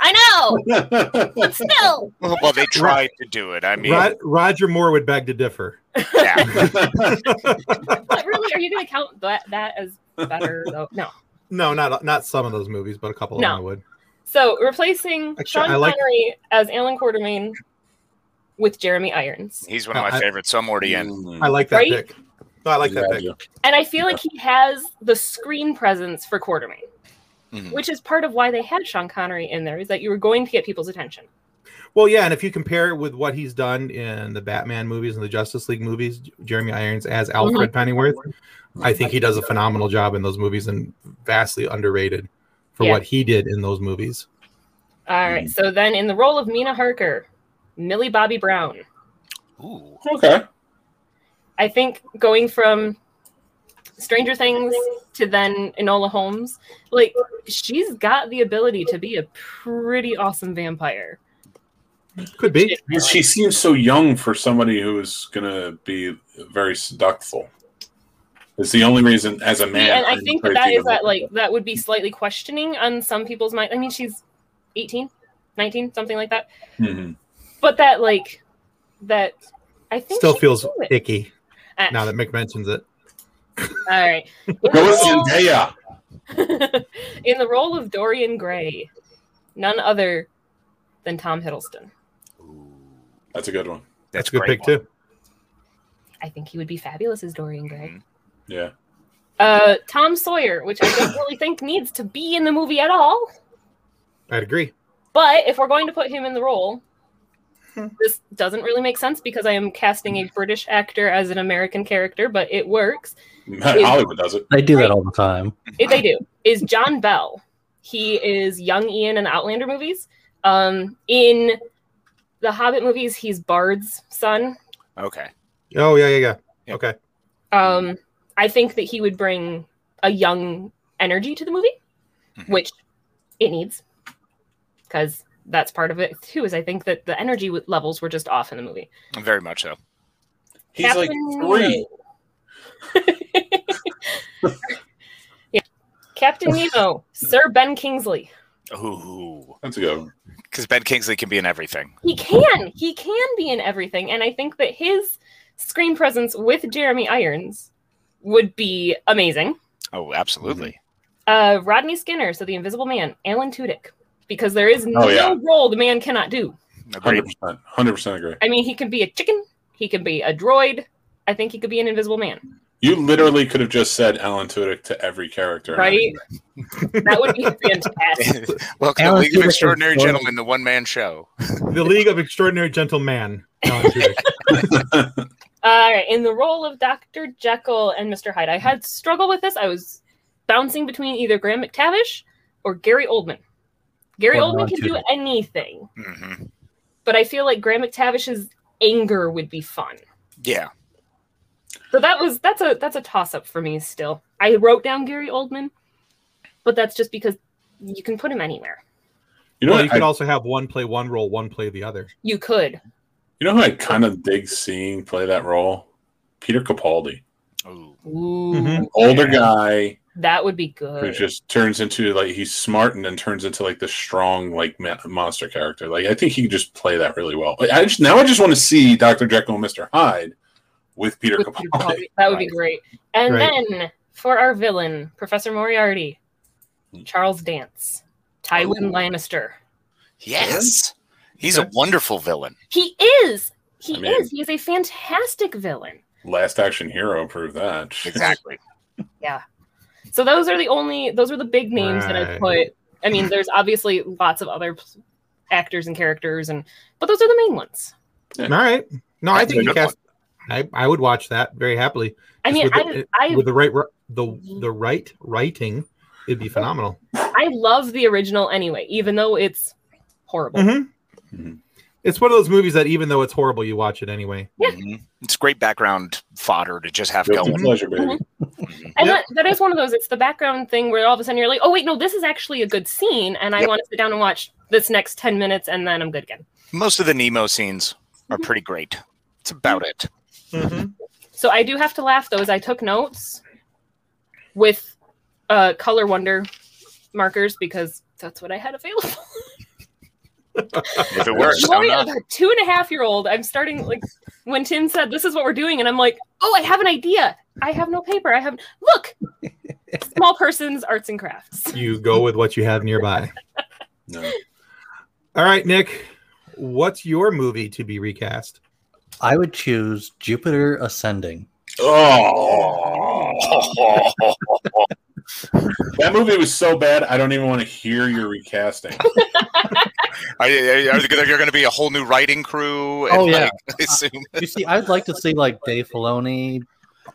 C: I know.
F: [LAUGHS] know.
C: But still.
E: Well, well, they tried to do it. I mean,
B: Rod- Roger Moore would beg to differ.
E: yeah.
B: [LAUGHS]
C: But really, are you going to count that, that as better? Though? No.
B: No, not not some of those movies, but a couple
C: No.
B: of them I would.
C: So replacing
B: Actually,
C: Sean
B: I like-
C: Connery as Alan Quartermain with Jeremy Irons.
E: He's one of my
B: I-
E: favorites. So I'm already in.
B: I like that
C: Right?
B: pick. No, I like that pick.
F: Gotcha.
C: And I feel like he has the screen presence for Quartermain,
E: Mhm.
C: which is part of why they had Sean Connery in there, is that you were going to get people's attention.
B: Well, yeah, and if you compare it with what he's done in the Batman movies and the Justice League movies, J- Jeremy Irons as
C: Mm-hmm.
B: Alfred Pennyworth, I think he does a phenomenal job in those movies and vastly underrated for
C: Yeah.
B: what he did in those movies.
C: All right. So then in the role of Mina Harker, Millie Bobby Brown.
E: Ooh.
F: Okay.
C: I think going from Stranger Things to then Enola Holmes, like she's got the ability to be a pretty awesome vampire.
B: Could be.
F: She seems so young for somebody who's gonna be very seductful. It's the only reason, as a man,
C: and I
F: I'm
C: think that that
F: crazy
C: is
F: about
C: that like that would be slightly questioning on some people's mind. I mean, she's 18, 19, something like that.
F: Mhm.
C: But that like that I think
B: Still
C: she
B: feels
C: can do it.
B: icky
C: Uh,
B: now that Mick mentions it.
C: All right. In
F: Go with
C: the
F: Zendaya.
C: role- [LAUGHS] in the role of Dorian Gray, none other than Tom Hiddleston.
F: That's a good one.
B: That's a good pick too.
C: I think he would be fabulous as Dorian Gray.
E: Mm-hmm.
F: Yeah.
C: Uh, Tom Sawyer, which I don't really think needs to be in the movie at all.
B: I'd agree.
C: But if we're going to put him in the role,
B: Hmm.
C: this doesn't really make sense because I am casting a British actor as an American character, but it works.
F: Hollywood does it.
D: They do that all the time.
C: If they do, is John Bell. He is young Ian in the Outlander movies. Um, in the Hobbit movies, he's Bard's son.
E: Okay.
B: Oh yeah, yeah, yeah.
E: Yeah.
B: Okay.
C: Um, I think that he would bring a young energy to the movie,
F: Mm-hmm.
E: Mhm.
C: which it needs because that's part of it too. Is I think that the energy w- levels were just off in the movie.
E: Very much so.
F: He's
C: Captain
F: like three.
C: Nemo. [LAUGHS] yeah.
F: [LAUGHS]
C: Captain Nemo, Sir Ben Kingsley.
E: Ooh.
F: That's a good one.
E: Because Ben Kingsley can be in everything.
C: He can, he can be in everything, and I think that his screen presence with Jeremy Irons would be amazing.
E: Oh, absolutely.
C: Uh, Rodney Skinner, so the Invisible Man, Alan Tudyk, because there is no
F: yeah.
C: role the man cannot do.
E: Agreed. [LAUGHS]
F: Hundred percent. Hundred percent agree.
C: I mean, he can be a chicken, he can be a droid. I think he could be an Invisible Man,
F: You literally could have just said Alan Tudyk to every character.
C: right? that would be fantastic.
E: Welcome to
D: Alan
E: League
D: Tudyk
E: of
D: is
E: Extraordinary
D: funny.
E: Gentlemen, the one man show.
B: The League of Extraordinary Gentlemen. No, I'm kidding.
C: All right, Uh, in the role of Dr. Jekyll and Mr. Hyde, I had struggle with this. I was bouncing between either Graham McTavish or Gary Oldman. Gary
D: Or
C: Oldman
D: Ron
C: can do
D: Tudyk.
C: anything,
E: hmm
C: but I feel like Graham McTavish's anger would be fun.
E: Yeah.
C: So that was that's a that's a toss up for me still. I wrote down Gary Oldman, but that's just because you can put him anywhere.
F: You know
B: well, you
F: what? I,
B: could also have one play one role, one play the other.
C: You could.
F: you know who I kind of dig seeing play that role? Peter Capaldi,
E: Ooh.
C: Ooh,
B: Mhm.
F: older guy
C: that would be
F: who
C: good.
F: just turns into like he's smart and then turns into like the strong like ma- monster character. Like I think he could just play that really well. But I just now I just want to see Doctor Jekyll and Mister Hyde with Peter
C: With Peter
F: Capaldi.
C: Capaldi. That would be great. And
B: Right.
C: then for our villain, Professor Moriarty, Charles Dance, Tywin
E: Ooh.
C: Lannister.
E: Yes. He's a wonderful villain.
C: He is. He
F: I mean-
C: is. He is a fantastic villain.
F: Last Action Hero proved that.
E: Exactly.
C: So those are the only. Those were the big names that I
B: Right.
C: put. I mean, there's obviously lots of other p- actors and characters, and but those are the main ones.
B: All right. No, I
E: That's a
B: think you
E: good
B: cast. I, I would watch that very happily.
C: I mean,
B: Just with
C: I
B: the-
C: I,
B: with the right ri- the the right writing, it'd be phenomenal.
C: I love the original anyway, even though it's horrible.
B: Mm-hmm.
F: Mhm.
B: It's one of those movies that even though it's horrible, you watch it anyway.
C: Yeah.
E: Mhm. It's great background fodder to just have
F: Guilty
E: going.
F: pleasure, baby.
C: Mm-hmm.
E: Mhm.
B: Yeah.
C: And that, that is one of those. It's the background thing where all of a sudden you're like, oh wait, no, this is actually a good scene, and I
E: Yep.
C: want to sit down and watch this next ten minutes, and then I'm good again.
E: Most of the Nemo scenes are pretty great. It's about it.
C: So I do have to laugh though, as I took notes with uh, color wonder markers because that's what I had available.
E: [LAUGHS] If it works, why
C: Lori,
E: not?
C: a two and a half year old, I'm starting like when Tim said this is what we're doing, and I'm like, oh, I have an idea. I have no paper. I have
E: [LAUGHS]
C: look, small person's arts and crafts.
B: You go with what you have nearby.
F: No.
B: All right, Nick, what's your movie to be recast?
D: I would choose Jupiter Ascending.
F: Oh, that movie was so bad. I don't even want to hear your recasting.
E: [LAUGHS] Are, you- are, you- are there going to be a whole new writing crew?
D: Oh, yeah.
E: like, [LAUGHS] I assume-
D: You see, I'd like to see like Dave Filoni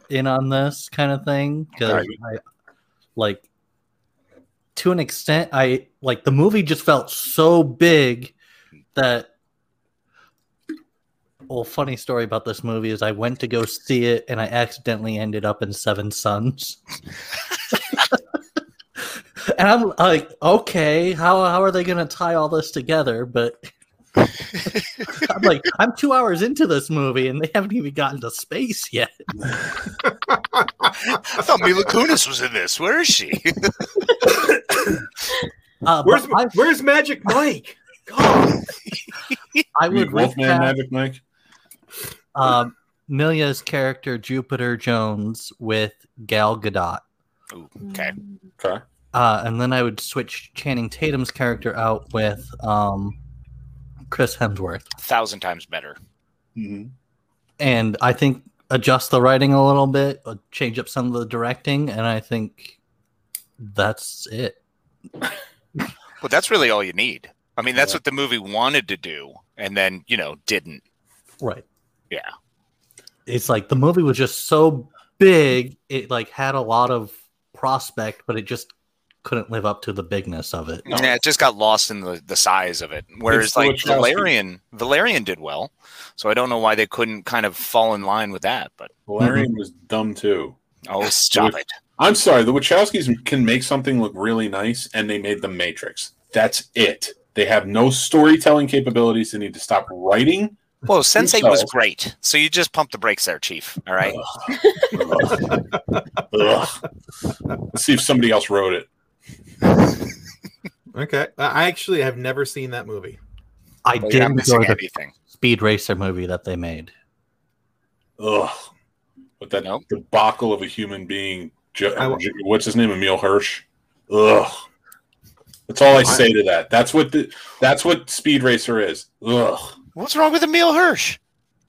D: in on this kind of thing because,
F: Right.
D: like, to an extent, I like the movie just felt so big that. Well, funny story about this movie is I went to go see it and I accidentally ended up in Seven Sons. [LAUGHS] and I'm like, okay, how how are they going to tie all this together? But I'm like, I'm two hours into this movie and they haven't even gotten to space yet.
E: I thought Mila Kunis was in this. Where is she?
D: Uh,
B: Where's
D: but I,
B: Where's Magic Mike? God.
D: I
F: You mean
D: would
F: Wolfman
D: recast
F: Magic Mike.
D: um, Milia's character Jupiter Jones with Gal Gadot,
E: Ooh,
C: Mm.
E: okay.
F: Okay.
D: uh, and then I would switch Channing Tatum's character out with um, Chris Hemsworth,
E: A thousand times better.
F: Mhm.
D: and I think adjust the writing a little bit, uh, change up some of the directing, and I think that's it.
E: Well, that's really all you need. I mean, that's
F: Yeah.
E: what the movie wanted to do, and then you know didn't.
D: Right.
E: Yeah.
D: It's like the movie was just so big, it like had a lot of prospect, but it just couldn't live up to the bigness of it.
F: No.
E: Yeah, it just got lost in the, the size of it. Whereas
F: It's the
E: like
F: Wachowski.
E: Valerian, Valerian did well, so I don't know why they couldn't kind of fall in line with that. But
F: Valerian was dumb too.
E: oh, stop
F: Wach-
E: it!
F: I'm sorry. The Wachowskis can make something look really nice, and they made The Matrix. That's it. They have no storytelling capabilities. They need to stop writing.
E: Well, Sensei was
F: So-
E: great, so you just pump the brakes there, Chief. All right.
F: Uh, Ugh. Ugh. Let's see if somebody else wrote it.
B: Okay. I I actually have never seen that movie.
D: I
E: Well,
D: did
E: you're not
D: enjoy
E: missing
D: the
E: anything.
D: Speed Racer movie that they made.
F: Ugh. With that
E: Nope.
F: debacle of a human being. Jo-
B: I-
F: J- what's his name? Emil Hirsch. Ugh. That's all I say to that. That's what the, that's what Speed Racer is. Ugh.
E: What's wrong with Emil Hirsch?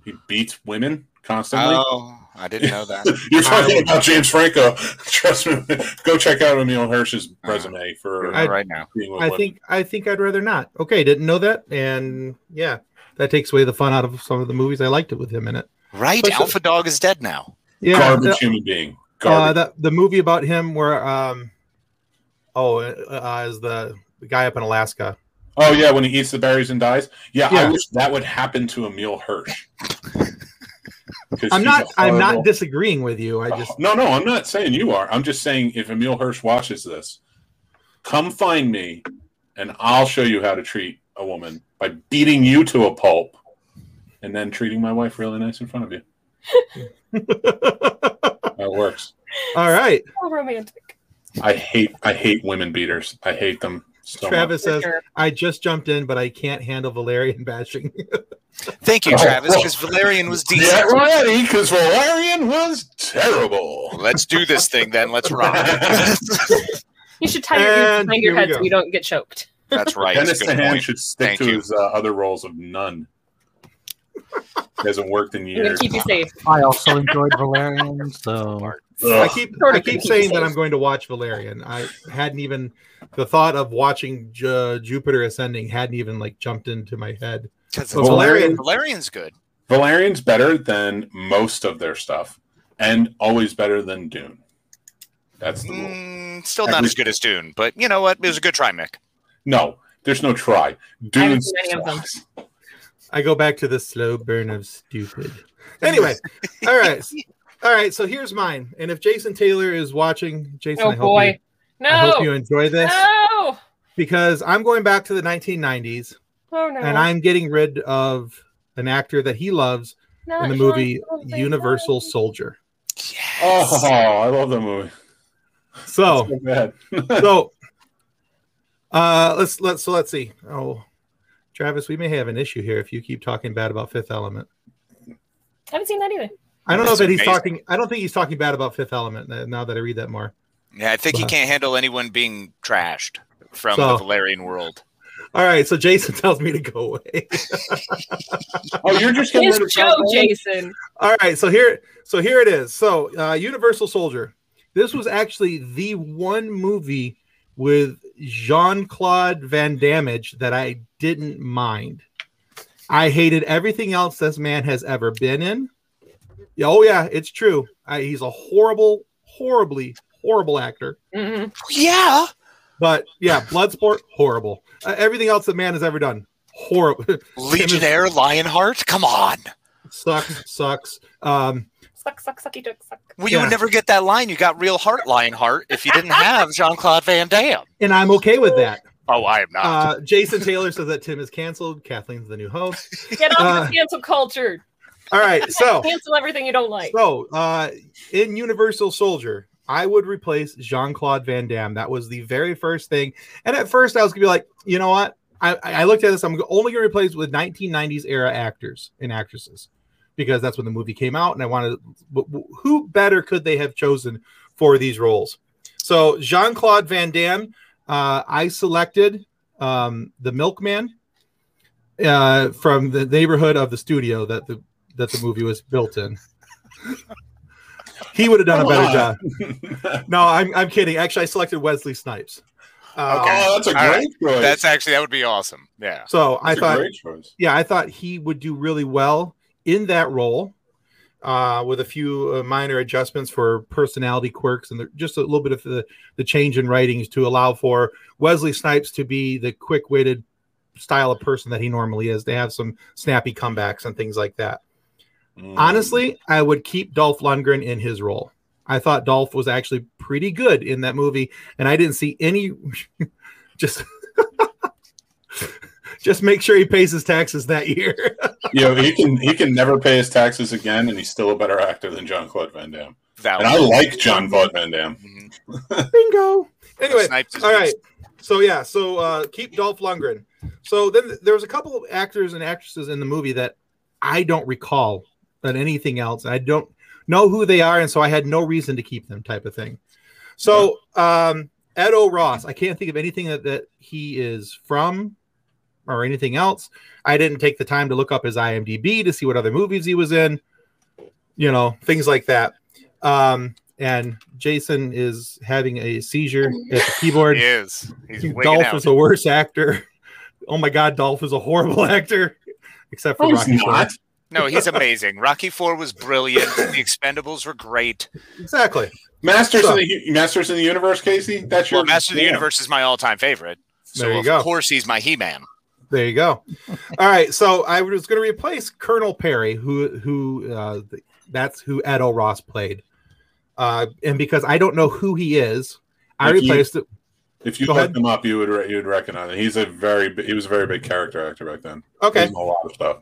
F: He beats women constantly.
E: Oh, I didn't know that.
F: [LAUGHS] You're talking
B: I-
F: about James Franco. [LAUGHS] Trust me. Go check out Emil Hirsch's resume for
B: I-
E: [LAUGHS] right now.
F: being with
B: I
F: women.
B: think I think I'd rather not. Okay, didn't know that, and yeah, that takes away the fun out of some of the movies I liked it with him in it.
E: Right,
B: But so-
E: Alpha Dog is dead now.
B: Yeah,
F: garbage
B: the-
F: human being.
B: uh,
F: Garbage.
B: the, the movie about him where um, oh, uh, is the the guy up in Alaska?
F: oh yeah, when he eats the berries and dies. Yeah, I
B: Yeah.
F: wish that would happen to Emil
B: [LAUGHS]
F: Hirsch. [LAUGHS] 'Cause
B: I'm
F: he's
B: not.
F: a
B: I'm
F: horrible-
B: not disagreeing with you. I
F: [LAUGHS]
B: just
F: no, no, I'm not saying you are. I'm just saying if Emil Hirsch watches this, come find me, and I'll show you how to treat a woman by beating you to a pulp, and then treating my wife really nice in front [LAUGHS] of you. That works.
B: all right.
C: So romantic.
F: I hate I hate women beaters. I hate them so much.
B: Travis
C: For
B: says
C: sure.
B: I just jumped in, but I can't handle Valerian bashing. [LAUGHS]
E: Thank you,
F: Oh,
E: Travis,
F: well.
E: because Valerian
F: [LAUGHS]
E: was
F: Get
E: decent.
F: ready, because Valerian was terrible.
E: Let's do this thing
B: [LAUGHS]
E: then. Let's rock.
C: You should tie your hands
B: And
C: behind
B: here
C: your
B: we
C: head
B: go.
C: so you don't get choked.
E: That's right.
F: Dennis
E: That's a good
F: Dehan
E: point.
F: should stick
E: Thank
F: to
E: you.
F: his uh, other roles of none. It hasn't worked in
C: I'm gonna
F: years.
C: keep you safe.
D: I also enjoyed
B: [LAUGHS]
D: Valerian, so
B: I
F: Ugh.
B: keep
C: Sort
B: I
C: of
B: keep
C: keeps
B: saying
C: you
B: that
C: safe.
B: I'm going to watch Valerian. I hadn't even the thought of watching Ju- Jupiter Ascending hadn't even like jumped into my head.
E: 'Cause
B: So
E: it's-
B: Valerian-
E: Valerian's good.
F: Valerian's better than most of their stuff, and always better than Dune. That's the rule.
E: Mm, still not
F: Every-
E: as good as Dune, but you know what? It was a good try, Mick.
F: No, there's no try.
C: I
F: Dune
C: haven't seen any of them.
F: sucks.
B: I go back to the slow burn of stupid. Anyway, all right, all right. So here's mine. And if Jason Taylor is watching, Jason,
C: Oh
B: I, hope
C: boy.
B: You, I hope you
C: No.
B: enjoy this
C: No.
B: because I'm going back to the 1990s
C: Oh no.
B: and I'm getting rid of an actor that he loves
C: Not Oh,
B: in the
C: Sean
B: movie
C: Connery.
B: Universal Soldier.
E: Yes.
F: Oh, I love that movie.
B: So
F: So bad.
B: so uh let's let's so let's see oh travis we may have an issue here if you keep talking bad about fifth element
C: haven't seen that either.
B: i don't know
E: That's
B: that he's
E: amazing.
B: talking i don't think he's talking bad about fifth element uh, now that i read that more
E: Yeah, I think he
B: Wow.
E: can't handle anyone being trashed from
B: So-
E: the Valerian world.
B: all right so jason [LAUGHS] tells me to go away [LAUGHS]
F: oh, you're just getting
C: His
F: rid of
C: show,
F: South Island?
C: Jason.
B: All right, so here, so here it is. So, uh, Universal Soldier. This was actually the one movie with Jean Claude Van Damage that I didn't mind. I hated everything else this man has ever been in. Yeah, oh yeah, it's true. I, he's a horrible, horribly horrible actor.
C: Mhm.
E: Yeah.
B: But yeah, Bloodsport, horrible. Uh, everything else that man has ever done, horrible. [LAUGHS]
E: Legionnaire Lionheart? Come on.
B: sucks, sucks. Um,
C: Suck, suck, sucky duck, suck.
E: Well, you
B: Yeah.
E: would never get that line. You got real heart Lionheart if you didn't have Jean Claude Van Damme.
B: and I'm okay with that.
E: Oh, I am not.
B: Uh, Jason Taylor says that Tim is canceled. Kathleen's the new host.
C: Get off
B: Uh, oh.
C: the cancel culture.
B: All right,
C: [LAUGHS]
B: so
C: Cancel everything you don't like.
B: so uh, in Universal Soldier, I would replace Jean Claude Van Damme. That was the very first thing. And at first, I was gonna be like, you know what? I, I I looked at this. I'm only gonna replace with 1990s era actors and actresses because that's when the movie came out, and I wanted but who better could they have chosen for these roles? So Jean Claude Van Damme, uh, I selected um, the milkman uh, from the neighborhood of the studio that the that the movie was built in. he would have done a better job.
F: [LAUGHS]
B: No, I'm I'm kidding. Actually, I selected Wesley Snipes. Uh,
E: Okay.
F: Oh, that's a
E: All
F: great choice.
E: That's actually, that would be awesome. Yeah.
B: So I
F: That's a
B: thought
F: great choice.
B: yeah, I thought he would do really well in that role, uh, with a few uh, minor adjustments for personality quirks and the, just a little bit of the, the change in writings to allow for Wesley Snipes to be the quick witted style of person that he normally is, to have some snappy comebacks and things like that.
F: Mm.
B: Honestly, I would keep Dolph Lundgren in his role. I thought Dolph was actually pretty good in that movie, and I didn't see any. [LAUGHS] just, [LAUGHS] just make sure he pays his taxes that year. [LAUGHS]
F: you know, he can he can never pay his taxes again, and he's still a better actor than John Claude Van Damme.
E: That
F: And I like John Claude Van Damme.
E: Mhm.
B: Bingo. Anyway,
E: Snipes is
B: all
E: good.
B: right. So yeah, so uh, keep Dolph Lundgren. So then th- there was a couple of actors and actresses in the movie that I don't recall than anything else. I don't know who they are, and so I had no reason to keep them, type of thing. So um, Ed O. Ross, I can't think of anything that, that he is from or anything else. I didn't take the time to look up his IMDb to see what other movies he was in, you know, things like that. Um, and Jason is having a seizure at the keyboard.
E: He is. He's wigging
B: Dolph
E: out.
B: is the worst actor. [LAUGHS] Oh my god, Dolph is a horrible [LAUGHS] actor, except for
F: Oh, he's
B: Rocky. Horror.
F: not.
E: No, he's amazing. Rocky Four was brilliant. the Expendables were great.
B: Exactly.
F: Masters
B: So-
F: in the Hu- Masters in the Universe, Casey. That's your
E: Well, Master of the
F: yeah.
E: Universe is my all-time favorite. So
B: There you
E: of
B: go.
E: course he's my He-Man.
B: There you go. All right, so I was going to replace Colonel Perry, who who uh, th- that's who Ed O. Ross played, uh, and because I don't know who he is, I
F: Ricky?
B: replaced it.
F: If you
B: Go
F: looked
B: ahead.
F: him up, you would re- you would recognize him. He's a very bi- he was a very big character actor back then. He
B: Okay,
F: was in a lot of stuff.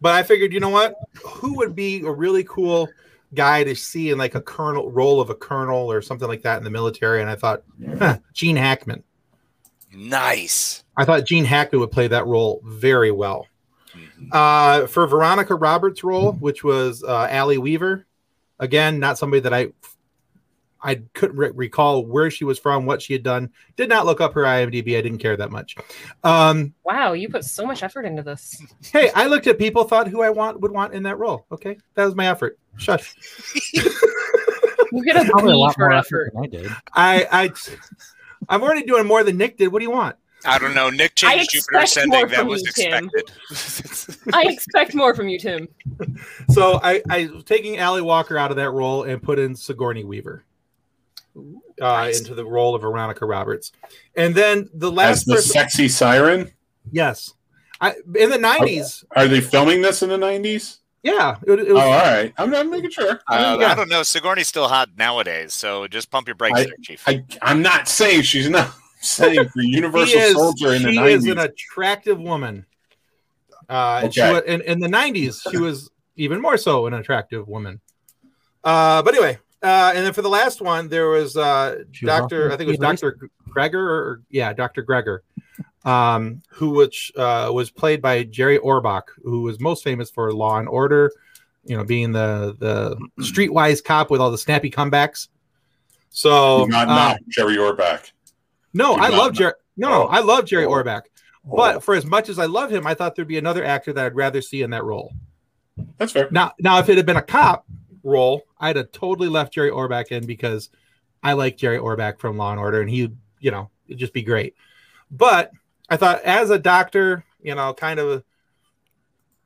B: but I figured, you know what? Who would be a really cool guy to see in like a colonel role of a colonel or something like that in the military? And I thought, huh, [LAUGHS] Gene Hackman.
E: Nice.
B: I thought Gene Hackman would play that role very well.
F: Mm-hmm.
B: Uh, for Veronica Roberts' role, which was uh, Allie Weaver, again, not somebody that I I couldn't re- recall where she was from, what she had done. Did not look up her IMDb. I didn't care that much. Um,
C: Wow, you put so much effort into this.
B: hey, I looked at people, thought who I want would want in that role. Okay, that was my effort. Shush.
C: You get a
D: Probably a
C: B
D: lot
C: for
D: more
C: effort.
D: effort than I did.
B: I I I'm already doing more than Nick did. What do you want?
E: I don't know. Nick
C: I
E: changed Jupiter
C: expect more
E: ascending. That
C: from
E: was
C: you, Tim.
E: expected.
F: [LAUGHS]
C: I expect more from you, Tim.
B: So I, I was taking Allie Walker out of that role and put in Sigourney Weaver uh,
E: Nice.
B: into the role of Veronica Roberts, and then the
F: As
B: last
F: the
B: person,
F: sexy siren.
B: yes, I, in the nineties,
F: Are they filming this in the nineties?
B: yeah, it, it
F: Oh,
B: was,
F: all right. I'm not making sure.
E: Uh,
B: Yeah.
E: I don't know. Sigourney's still hot nowadays, so just pump your brakes there, Chief.
F: I I'm not saying she's not. [LAUGHS] I'm saying the
B: she
F: Universal
B: is,
F: Soldier in the
B: she
F: nineties.
B: is an attractive woman. Uh, and she
F: Okay.
B: wa- in, in the nineties, she was even more so an attractive woman. Uh, but anyway, Uh, and then for the last one, there was uh,
D: She was
B: Doctor.
D: awesome.
B: I think it was
D: Yeah, nice.
B: Doctor Gregor, or yeah, Doctor Gregor, um, who which uh, was played by Jerry Orbach, who was most famous for Law and Order. You know, being the the streetwise cop with all the snappy comebacks. So
F: Do not
B: uh,
F: knock Jerry Orbach.
B: no,
F: do
B: I
F: not
B: love
F: knock.
B: Jerry. No, no,
F: Oh.
B: I love Jerry
F: Oh.
B: Orbach. But for as much as I love him, I thought there'd be another actor that I'd rather see in that role.
F: That's fair.
B: Now, now if it had been a cop role, I'd have totally left Jerry Orbach in because I like Jerry Orbach from Law and Order, and he, you know, it'd just be great. But I thought as a doctor, you know, kind of,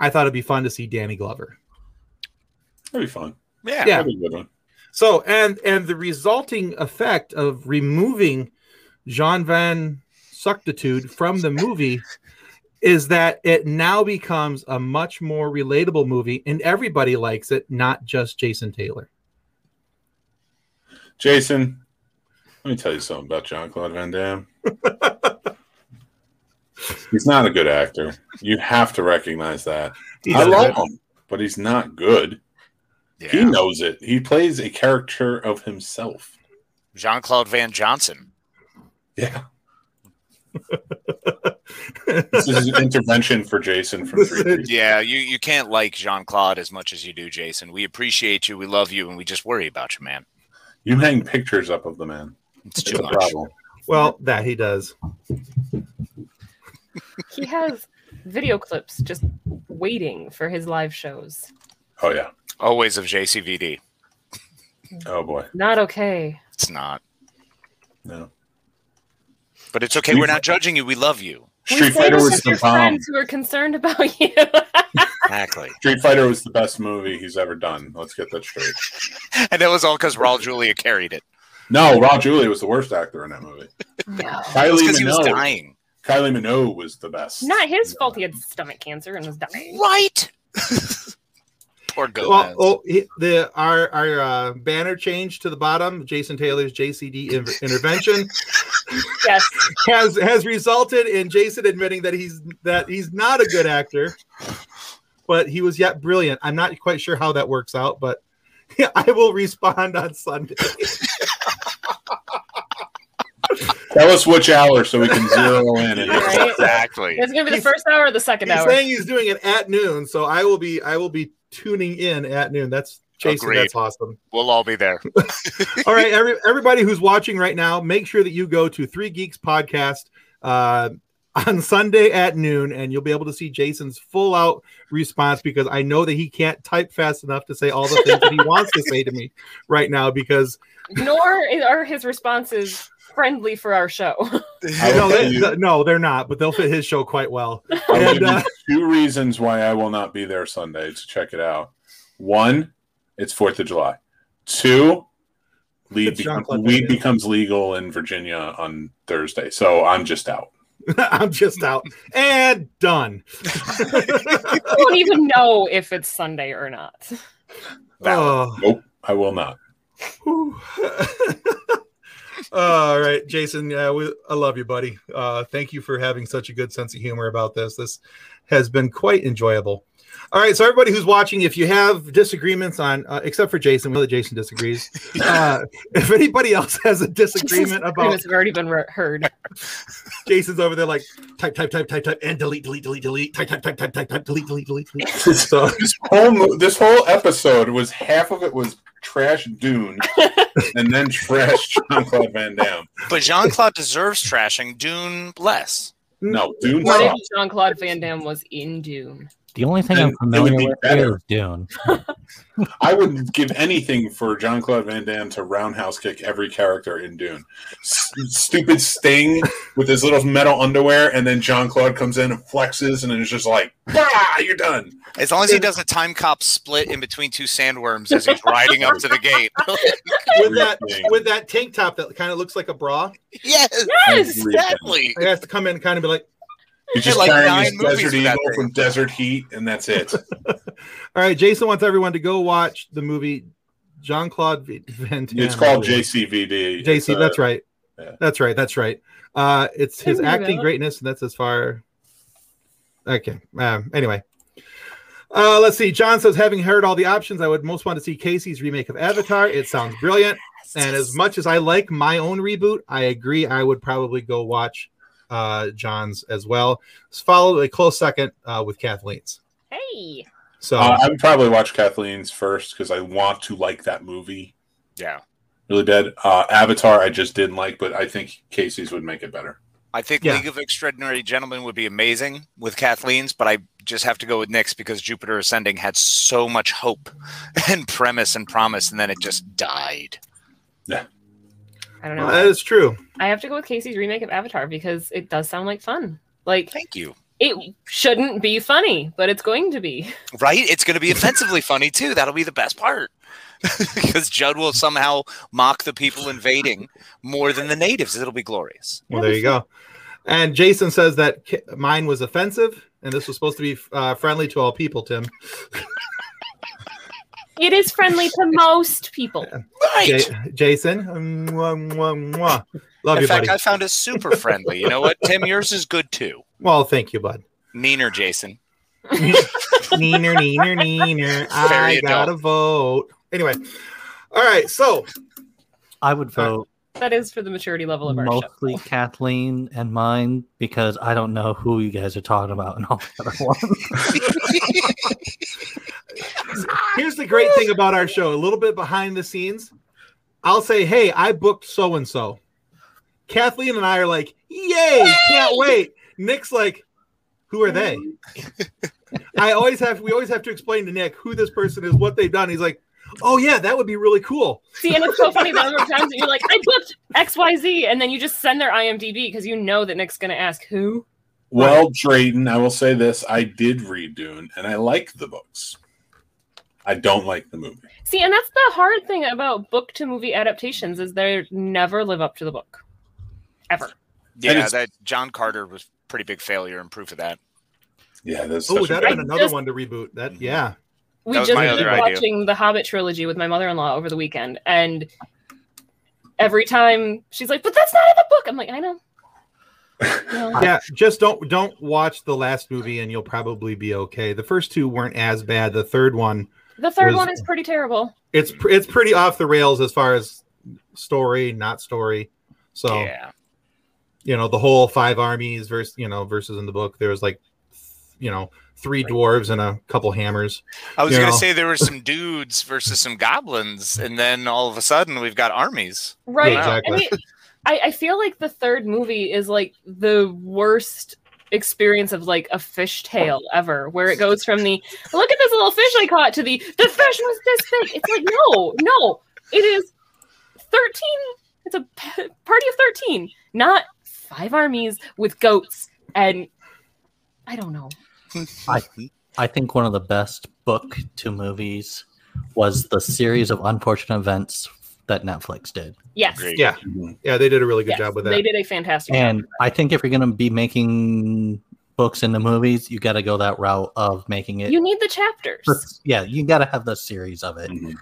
B: I thought it'd be fun to see Danny Glover.
F: That'd be fun.
E: Yeah.
B: Yeah.
F: That'd be a good one.
B: So, and and the resulting effect of removing Jean Van Suctitude from the movie is that it now becomes a much more relatable movie, and everybody likes it, not just Jason Taylor.
F: Jason, let me tell you something about John Claude
B: [LAUGHS]
F: Van Damme. he's not a good actor. You have to recognize that. I love him, but he's not good. He
E: yeah.
F: knows it. He plays a character of himself.
E: Jean Claude Van Johnson.
F: Yeah. this is an intervention for Jason from
B: This is-
F: three. Thieves.
E: Yeah, you, you can't like Jean Claude as much as you do Jason. We appreciate you, we love you, and we just worry about you, man.
F: You hang pictures up of the man.
E: It's
F: It's
E: too
F: a
E: much.
F: problem.
B: Well, that he does.
C: He has video clips just waiting for his live shows.
F: Oh yeah.
E: Always of JCVD.
F: Oh boy.
C: Not okay.
E: It's not.
F: No.
E: But it's okay.
F: We-
E: We're not judging you. We love you.
C: We
F: Street
C: say
F: Fighter
C: this
F: was
C: as your
F: the bomb.
C: friends who are concerned about [LAUGHS] you.
E: Exactly.
F: Street Fighter was the best movie he's ever done. Let's get that straight.
E: and that was all because Raul Julia carried it.
F: No, Rob Julia was the worst actor in
E: [LAUGHS]
F: that movie.
C: no.
F: Kylie
E: Because he was
F: Minogue.
E: dying.
F: Kylie Minogue was the best.
C: Not his fault he had stomach cancer and was dying.
E: Right. [LAUGHS] Poor
B: Well,
E: Gomez.
B: oh, he, the our our uh, banner changed to the bottom. Jason Taylor's JCD in- intervention
C: Yes.
B: has has resulted in Jason admitting that he's that he's not a good actor, but he was yet brilliant. I'm not quite sure how that works out, but [LAUGHS] I will respond on Sunday.
F: Tell us which hour so we can zero
E: [LAUGHS]
F: in. And
C: Right.
E: Exactly.
C: It's gonna be the
B: He's-
C: first hour or the second
B: He's
C: hour.
B: saying he's doing it at noon, so I will be I will be tuning in at noon. That's Jason.
E: Agreed.
B: That's awesome.
E: We'll all be there.
B: All right, every, everybody who's watching right now, make sure that you go to Three Geeks Podcast uh, on Sunday at noon, and you'll be able to see Jason's full out response because I know that he can't type fast enough to say all the things that he wants to say to me right now because
C: Nor is- are his responses friendly for our show. [LAUGHS]
F: I
B: no,
F: will tell
B: they,
F: you,
B: no, they're not, but they'll fit his show quite well. [LAUGHS]
F: I will
B: And,
F: give
B: uh,
F: you two reasons why I will not be there Sunday to check it out. One, it's Fourth of July. Two, lead
B: It's Jean
F: become,
B: Claude Van
F: weed
B: Damme.
F: becomes legal in Virginia on Thursday, so I'm just out.
B: I'm just out and done.
C: I don't even know if it's Sunday or not.
B: Oh.
F: Nope, I will not.
B: Whew. [LAUGHS] All right, Jason. Uh, we, I love you, buddy. Uh, thank you for having such a good sense of humor about this. This has been quite enjoyable. All right, so everybody who's watching, if you have disagreements on, uh, except for Jason, we know that Jason disagrees. Uh, if anybody else has a disagreement about
C: Agreements have already been re- heard.
B: Jason's over there, like type, type, type, type, type, and delete, delete, delete, delete, type, type, type, type, type, type, delete, delete, delete, delete. So
F: This whole mo- this whole episode was half of it was trash
B: [LAUGHS]
F: Dune, and then trash Jean Claude Van Damme.
E: But Jean Claude deserves trashing. Dune less.
F: No, Dune.
C: What if
F: sucked.
C: Jean Claude Van Damme was in Dune?
D: The only thing
F: Then
D: I'm
F: it would
D: familiar
F: be
D: with
F: better.
D: here is Dune.
F: I would give anything for John Claude Van Damme to roundhouse kick every character in Dune. S- stupid Sting with his little metal underwear, and then John Claude comes in and flexes, and it's just like, bah, you're done.
E: As long as he does a time cop split in between two sandworms as he's riding up to the gate. [LAUGHS]
B: with that, with that tank top that kind of looks like a bra,
E: yes.
C: Yes.
E: Exactly.
B: I have to come in and kind of be like.
F: He's just
E: Like nine
F: carrying
E: movies
F: his Desert
E: for that
F: Eagle
E: thing.
F: from Desert Heat, and that's it.
B: All right, Jason wants everyone to go watch the movie Jean Claude Van Damme.
F: It's called JCVD. It's,
B: JC,
F: uh,
B: that's right.
F: yeah.
B: That's right. That's right. Uh, it's his
C: Didn't know
B: acting
C: that.
B: greatness, and that's as far. Okay. Um, anyway. Uh, let's see. John says, having heard all the options, I would most want to see Casey's remake of Avatar. It sounds brilliant. And as much as I like my own reboot, I agree. I would probably go watch uh, John's as well. It's followed a close second uh, with Kathleen's.
C: Hey.
B: So
F: Uh, I would probably watch Kathleen's first because I want to like that movie
E: Yeah.
F: really bad. Uh, Avatar, I just didn't like, but I think Casey's would make it better.
E: I think
B: Yeah.
E: League of Extraordinary Gentlemen would be amazing with Kathleen's, but I just have to go with Nick's because Jupiter Ascending had so much hope [LAUGHS] and premise and promise, and then it just died.
C: I don't know.
B: that is true.
C: I have to go with Casey's remake of Avatar because it does sound like fun. Like
E: Thank you.
C: it shouldn't be funny, but it's going to be.
E: Right? It's going
B: [LAUGHS]
E: to be offensively funny too. That'll be the best part. [LAUGHS] because Judd will somehow mock the people invading more than the natives. It'll be glorious.
B: Well, there you go. And Jason says that ki- mine was offensive, and this was supposed to be uh, friendly to all people, Tim.
C: It is friendly to most people.
E: Right.
B: J- Jason, mwah, mwah, mwah. love
E: In
B: you,
E: fact,
B: buddy.
E: I found it super friendly. You
B: [LAUGHS]
E: know what? Tim, yours is good too.
B: Well, thank you,
E: [LAUGHS]
B: bud.
E: Neener, Jason.
B: neener, neener, neener. I
E: Very
B: gotta vote. Anyway, all right. So
D: I would
B: All right.
D: vote
C: That is for the maturity level of our
D: mostly
C: show.
D: Kathleen and mine because I don't know who you guys are talking about and all that. other one.
B: here's the great thing about our show: a little bit behind the scenes. I'll say, "Hey, I booked so and so." Kathleen and I are like, "Yay! Can't wait." Nick's like, "Who are they?" I always have. We always have to explain to Nick who this person is, what they've done. He's like, "Oh yeah, that would be really cool."
C: See, and it's so funny the number of times that you're like, I booked XYZ, and then you just send their IMDb because you know that Nick's gonna ask who.
F: Well, Drayton, I will say this: I did read Dune, and I like the books. I don't like the movie.
C: See, and that's the hard thing about book to movie adaptations is they never live up to the book. Ever.
E: Yeah,
F: it's-
E: that John Carter was pretty big failure and proof of that.
F: Yeah, that's
B: Oh,
F: such a
B: that'd have been
F: bad-
B: another one to reboot. That yeah.
C: we
E: That was
C: just
E: my
C: were
E: other idea.
C: watching the Hobbit trilogy with my mother-in-law over the weekend, and every time she's like, "But that's not in the book." I'm like, "I know." No.
B: yeah just don't don't watch the last movie and you'll probably be okay the first two weren't as bad the third one
C: The third
B: Was-
C: one is pretty terrible.
B: it's pr- it's pretty off the rails as far as story not story so
E: Yeah.
B: you know the whole five armies versus you know versus in the book there was like you know three dwarves and a couple hammers
E: I was
B: You
E: going to
B: know.
E: say there were some dudes versus some goblins, and then all of a sudden we've got armies.
C: Right.
B: exactly.
C: I, mean, I, I feel like the third movie is like the worst experience of like a fish tale ever, where it goes from the look at this little fish I caught to the the fish was this big. It's like, no, no. It is 13. It's a p- party of 13, not five armies with goats and I don't know.
D: I- I think one of the best book to movies was the series of unfortunate events that Netflix did.
C: Yes.
E: Agreed.
B: yeah yeah they did a really good
C: Yes,
B: job with
C: They
B: that
C: did a fantastic job.
D: And I think if you're going to be making books into movies, you got to go that route of making it.
C: You need the chapters.
D: yeah, you got to have the series of it
F: Mhm.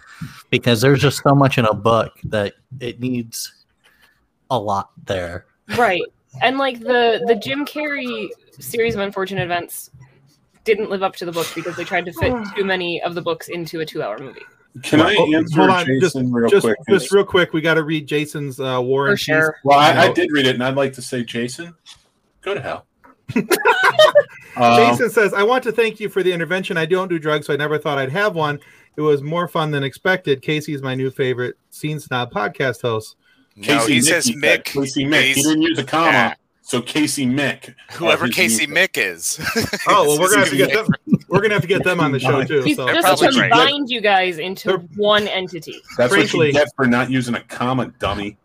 D: because there's just so much in a book that it needs a lot
C: [LAUGHS]
D: there.
C: right and like the the jim carrey series of unfortunate events didn't live up to the book because they tried to fit too many of the books into a two-hour movie
F: Can I
B: Well,
F: answer
B: hold on,
F: Jason
B: just-
F: real
B: just
F: quick?
B: just real quick we got to read jason's uh war
C: for
B: and Peace.
C: sure
F: well, I, I
B: No.
F: did read it, and I'd like to say, Jason, go to hell. [LAUGHS] um,
B: Jason says, I want to thank you for the intervention. I don't do drugs, so I never thought I'd have one. It was more fun than expected. Casey is my new favorite scene snob podcast host.
E: no, he
F: Mick,
E: says
F: said.
E: Mick.
F: Casey Mick. He
E: He's-
F: didn't use a comma,
E: Yeah.
F: so Casey Mick.
E: Whoever
F: His
E: Casey
F: new-
E: Mick is. [LAUGHS]
B: Oh, well, we're gonna have to get
E: Mick.
B: them we're gonna have to get them on the show too.
C: He's
B: So
E: They're
C: just
E: probably
C: to
E: right.
C: combine you guys into
B: They're-
C: one
B: [LAUGHS]
C: entity
F: That's what
B: Frankly-
F: you get for not using a comma, dummy.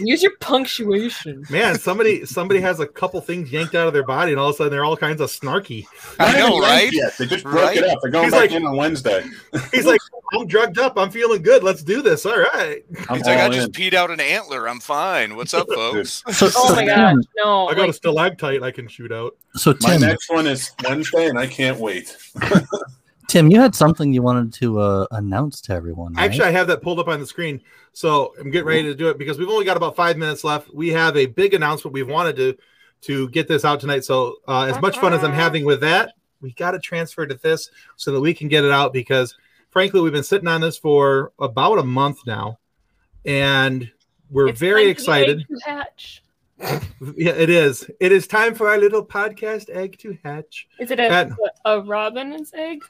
C: use your
B: [LAUGHS]
C: punctuation
B: man, somebody somebody has a couple things yanked out of their body and all of a sudden they're all kinds of snarky.
E: I know, right?
F: Yes, they just broke
E: Right?
F: it up. They're going
B: He's
F: back
B: like-
F: in on Wednesday.
B: He's like, I'm drugged up, I'm feeling good, let's do this. All right.
F: I'm
E: He's like, I
F: all
E: just
F: in.
E: peed out an antler. I'm fine. What's up, folks?
D: So,
C: oh
D: so
C: my god
D: Tim-
C: no
B: I got a
C: like,
B: stalactite I can shoot out.
D: So
F: My
D: Tim,
F: next one is Wednesday, and I can't wait.
D: Tim, you had something you wanted to uh, announce to everyone. Right?
B: Actually, I have that pulled up on the screen. So I'm getting ready to do it because we've only got about five minutes left. We have a big announcement. We've wanted to to get this out tonight. So uh, as much fun as I'm having with that, we got to transfer to this so that we can get it out because frankly we've been sitting on this for about a month now and we're
C: It's
B: very
C: time
B: excited
C: for the egg to hatch.
B: yeah it is it is time for our little podcast egg to hatch
C: Is it a,
B: And-
C: a robin's egg?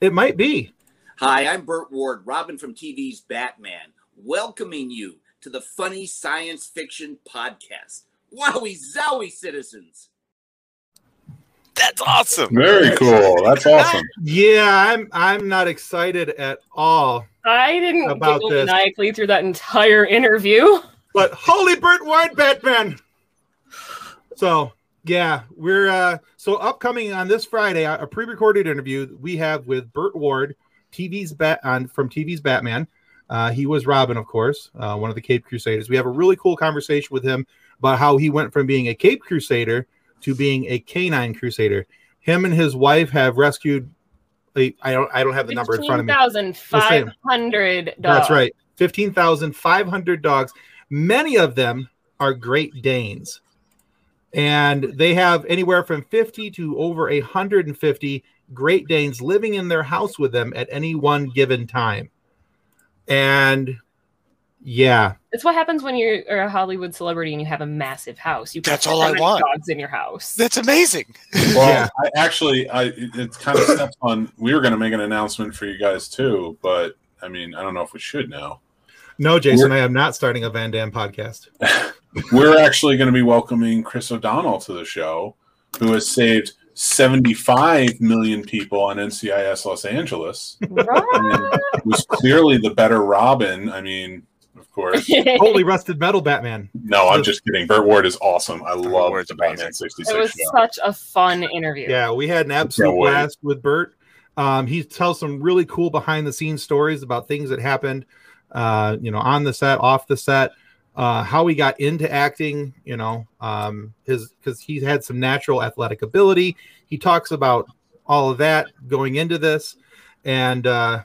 B: it might be
G: Hi, I'm Burt Ward, Robin from TV's Batman, welcoming you to the Funny Science Fiction Podcast. Wowie zowie, citizens!
E: That's awesome.
F: Very cool. That's awesome.
B: yeah i'm i'm not excited at all
C: I didn't
B: About
C: giggle
B: this.
C: maniacally through that entire interview.
B: but holy Burt Ward Batman. So yeah, we're uh so upcoming on this Friday a a pre-recorded interview we have with Burt Ward, TV's bat on from TV's Batman. Uh, he was Robin, of course, uh, one of the Cape Crusaders. We have a really cool conversation with him about how he went from being a Cape Crusader to being a canine Crusader. Him and his wife have rescued. I I don't I don't have the number in front of me.
C: $15,500.
B: That's right. 15,500 dogs. Many of them are Great Danes. And they have anywhere from 50 to over 150 Great Danes living in their house with them at any one given time. And yeah,
C: It's what happens when you're are a Hollywood celebrity and you have a massive house. You can
E: That's
C: have
E: all I
C: 100
E: want.
C: Dogs in your house.
E: [LAUGHS] That's amazing.
F: Well,
B: Yeah.
F: I actually, I it, it kind of steps on. We were going to make an announcement for you guys too, but I mean, I don't know if we should now.
B: no, Jason, I am not starting a Van Damme podcast.
F: We're actually going to be welcoming Chris O'Donnell to the show, who has saved 75 million people on NCIS Los Angeles.
B: [LAUGHS]
C: Right.
F: Was clearly the better Robin. I mean, of course.
C: it
B: Holy Rusted Metal Batman.
F: No, I'm just kidding. Burt Ward is awesome. I love
E: Ward's
F: the Batman
E: amazing.
F: 66
C: was
F: show.
C: such a fun interview.
B: Yeah, we had an absolute
F: wait.
B: blast with Bert. Um, he tells some really cool behind the scenes stories about things that happened, uh, you know, on the set, off the set, uh, how he got into acting, you know, um, his because he had some natural athletic ability. He talks about all of that going into this. And uh,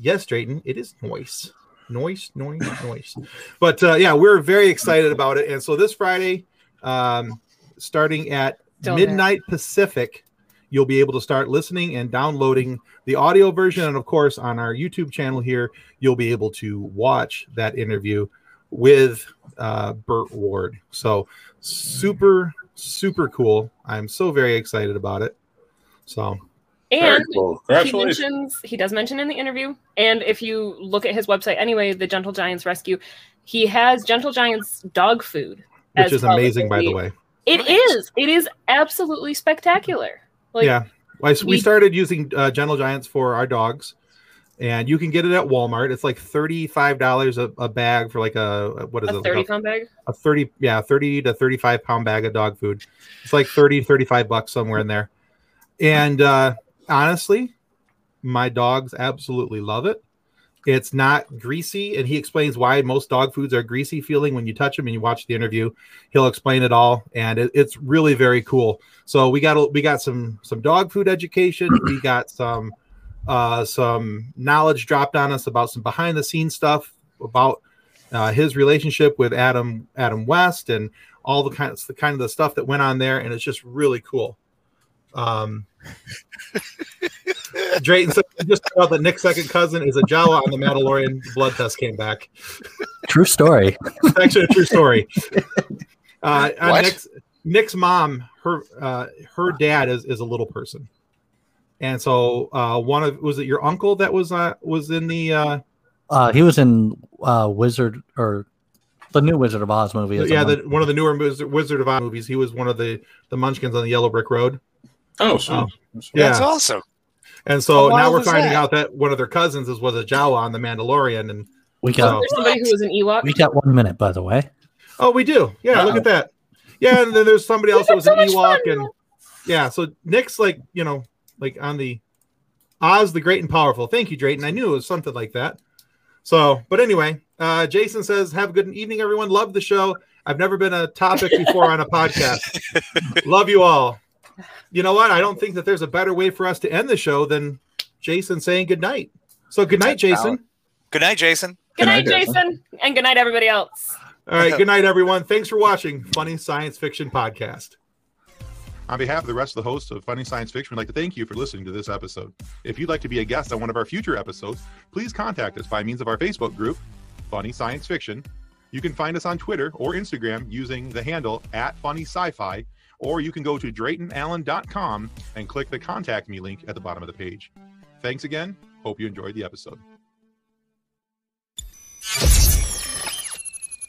B: yes, Drayton, it is noise. Noise, noise, [LAUGHS] noise. But uh, yeah, we're very excited about it. And so this Friday, um, starting at
C: Still there.
B: midnight Pacific, you'll be able to start listening and downloading the audio version. And of course, on our YouTube channel here, you'll be able to watch that interview with uh, Burt Ward. So super, super cool. I'm so very excited about it. So
F: Very
C: And
F: cool.
C: he
F: Congratulations.
C: mentions he does mention in the interview and if you look at his website anyway the gentle giants rescue he has gentle giants dog food
B: which
C: as
B: is
C: well as
B: amazing, by the
C: meat.
B: way.
C: It
E: Nice.
C: is. It is absolutely spectacular. Like
B: yeah, I, we,
C: we-
B: started using uh, Gentle Giants for our dogs, and you can get it at Walmart. It's like thirty-five dollars a a bag for like a what is
C: a
B: it?
C: 30
B: Like a,
C: pound bag.
B: a thirty, yeah, thirty to thirty-five pound bag of dog food. It's like 30, 35 bucks somewhere in there. And uh, honestly, my dogs absolutely love it. It's not greasy, and he explains why most dog foods are greasy feeling when you touch them and you watch the interview. He'll explain it all, and it, it's really very cool. So we got a- we got some some dog food education. We got some uh, some knowledge dropped on us about some behind the scenes stuff about uh, his relationship with Adam Adam West and all the kinds the kind of the stuff that went on there, and it's just really cool. Um, Drayton said, "You just found out that Nick's second cousin is a Jawa on the Mandalorian. The blood test came back.
D: True story.
B: It's actually a true story. Uh, on
E: What?
B: Nick's, Nick's mom, her uh, her dad is is a little person, and so uh, one of was it your uncle that was uh, was in the uh,
D: Uh, he was in uh, Wizard or the new Wizard of Oz movie. is
B: yeah
D: on-
B: the, one of the newer Wiz- Wizard of Oz movies. He was one of the the Munchkins on the Yellow Brick Road.
F: Oh, so.
B: Oh. Yeah.
E: That's awesome.
B: And so
E: How
B: now
E: wild
B: we're
E: is
B: finding
E: that?
B: out that one of their cousins is was a Jawa on the Mandalorian, and
D: we got
C: There's somebody who was an Ewok.
D: we got one minute by the way.
B: Oh, we do. Yeah,
F: Wow.
B: look at that. Yeah, and then there's
C: [LAUGHS]
B: somebody else that was
C: so
B: an
C: much
B: Ewok,
C: fun,
B: and
C: though.
B: yeah. So Nick's like, you know, like on the Oz the Great and Powerful. Thank you, Drayton. I knew it was something like that. So, but anyway, uh, Jason says, "Have a good evening, everyone. Love the show. I've never been a topic before on a
C: [LAUGHS]
B: podcast. Love you all. You know what? I don't think that there's a better way for us to end the show than Jason saying good night. So, good night, Jason.
E: Good night, Jason.
C: Good night,
F: Good night,
C: Jason. And good night, everybody else. [LAUGHS]
B: All right, good night, everyone. Thanks for watching Funny Science Fiction Podcast."
A: On behalf of the rest of the hosts of Funny Science Fiction, we'd like to thank you for listening to this episode. If you'd like to be a guest on one of our future episodes, please contact us by means of our Facebook group, Funny Science Fiction. You can find us on Twitter or Instagram using the handle at Funny Sci-Fi, or you can go to DraytonAllen.com and click the Contact Me link at the bottom of the page. Thanks again. Hope you enjoyed the episode.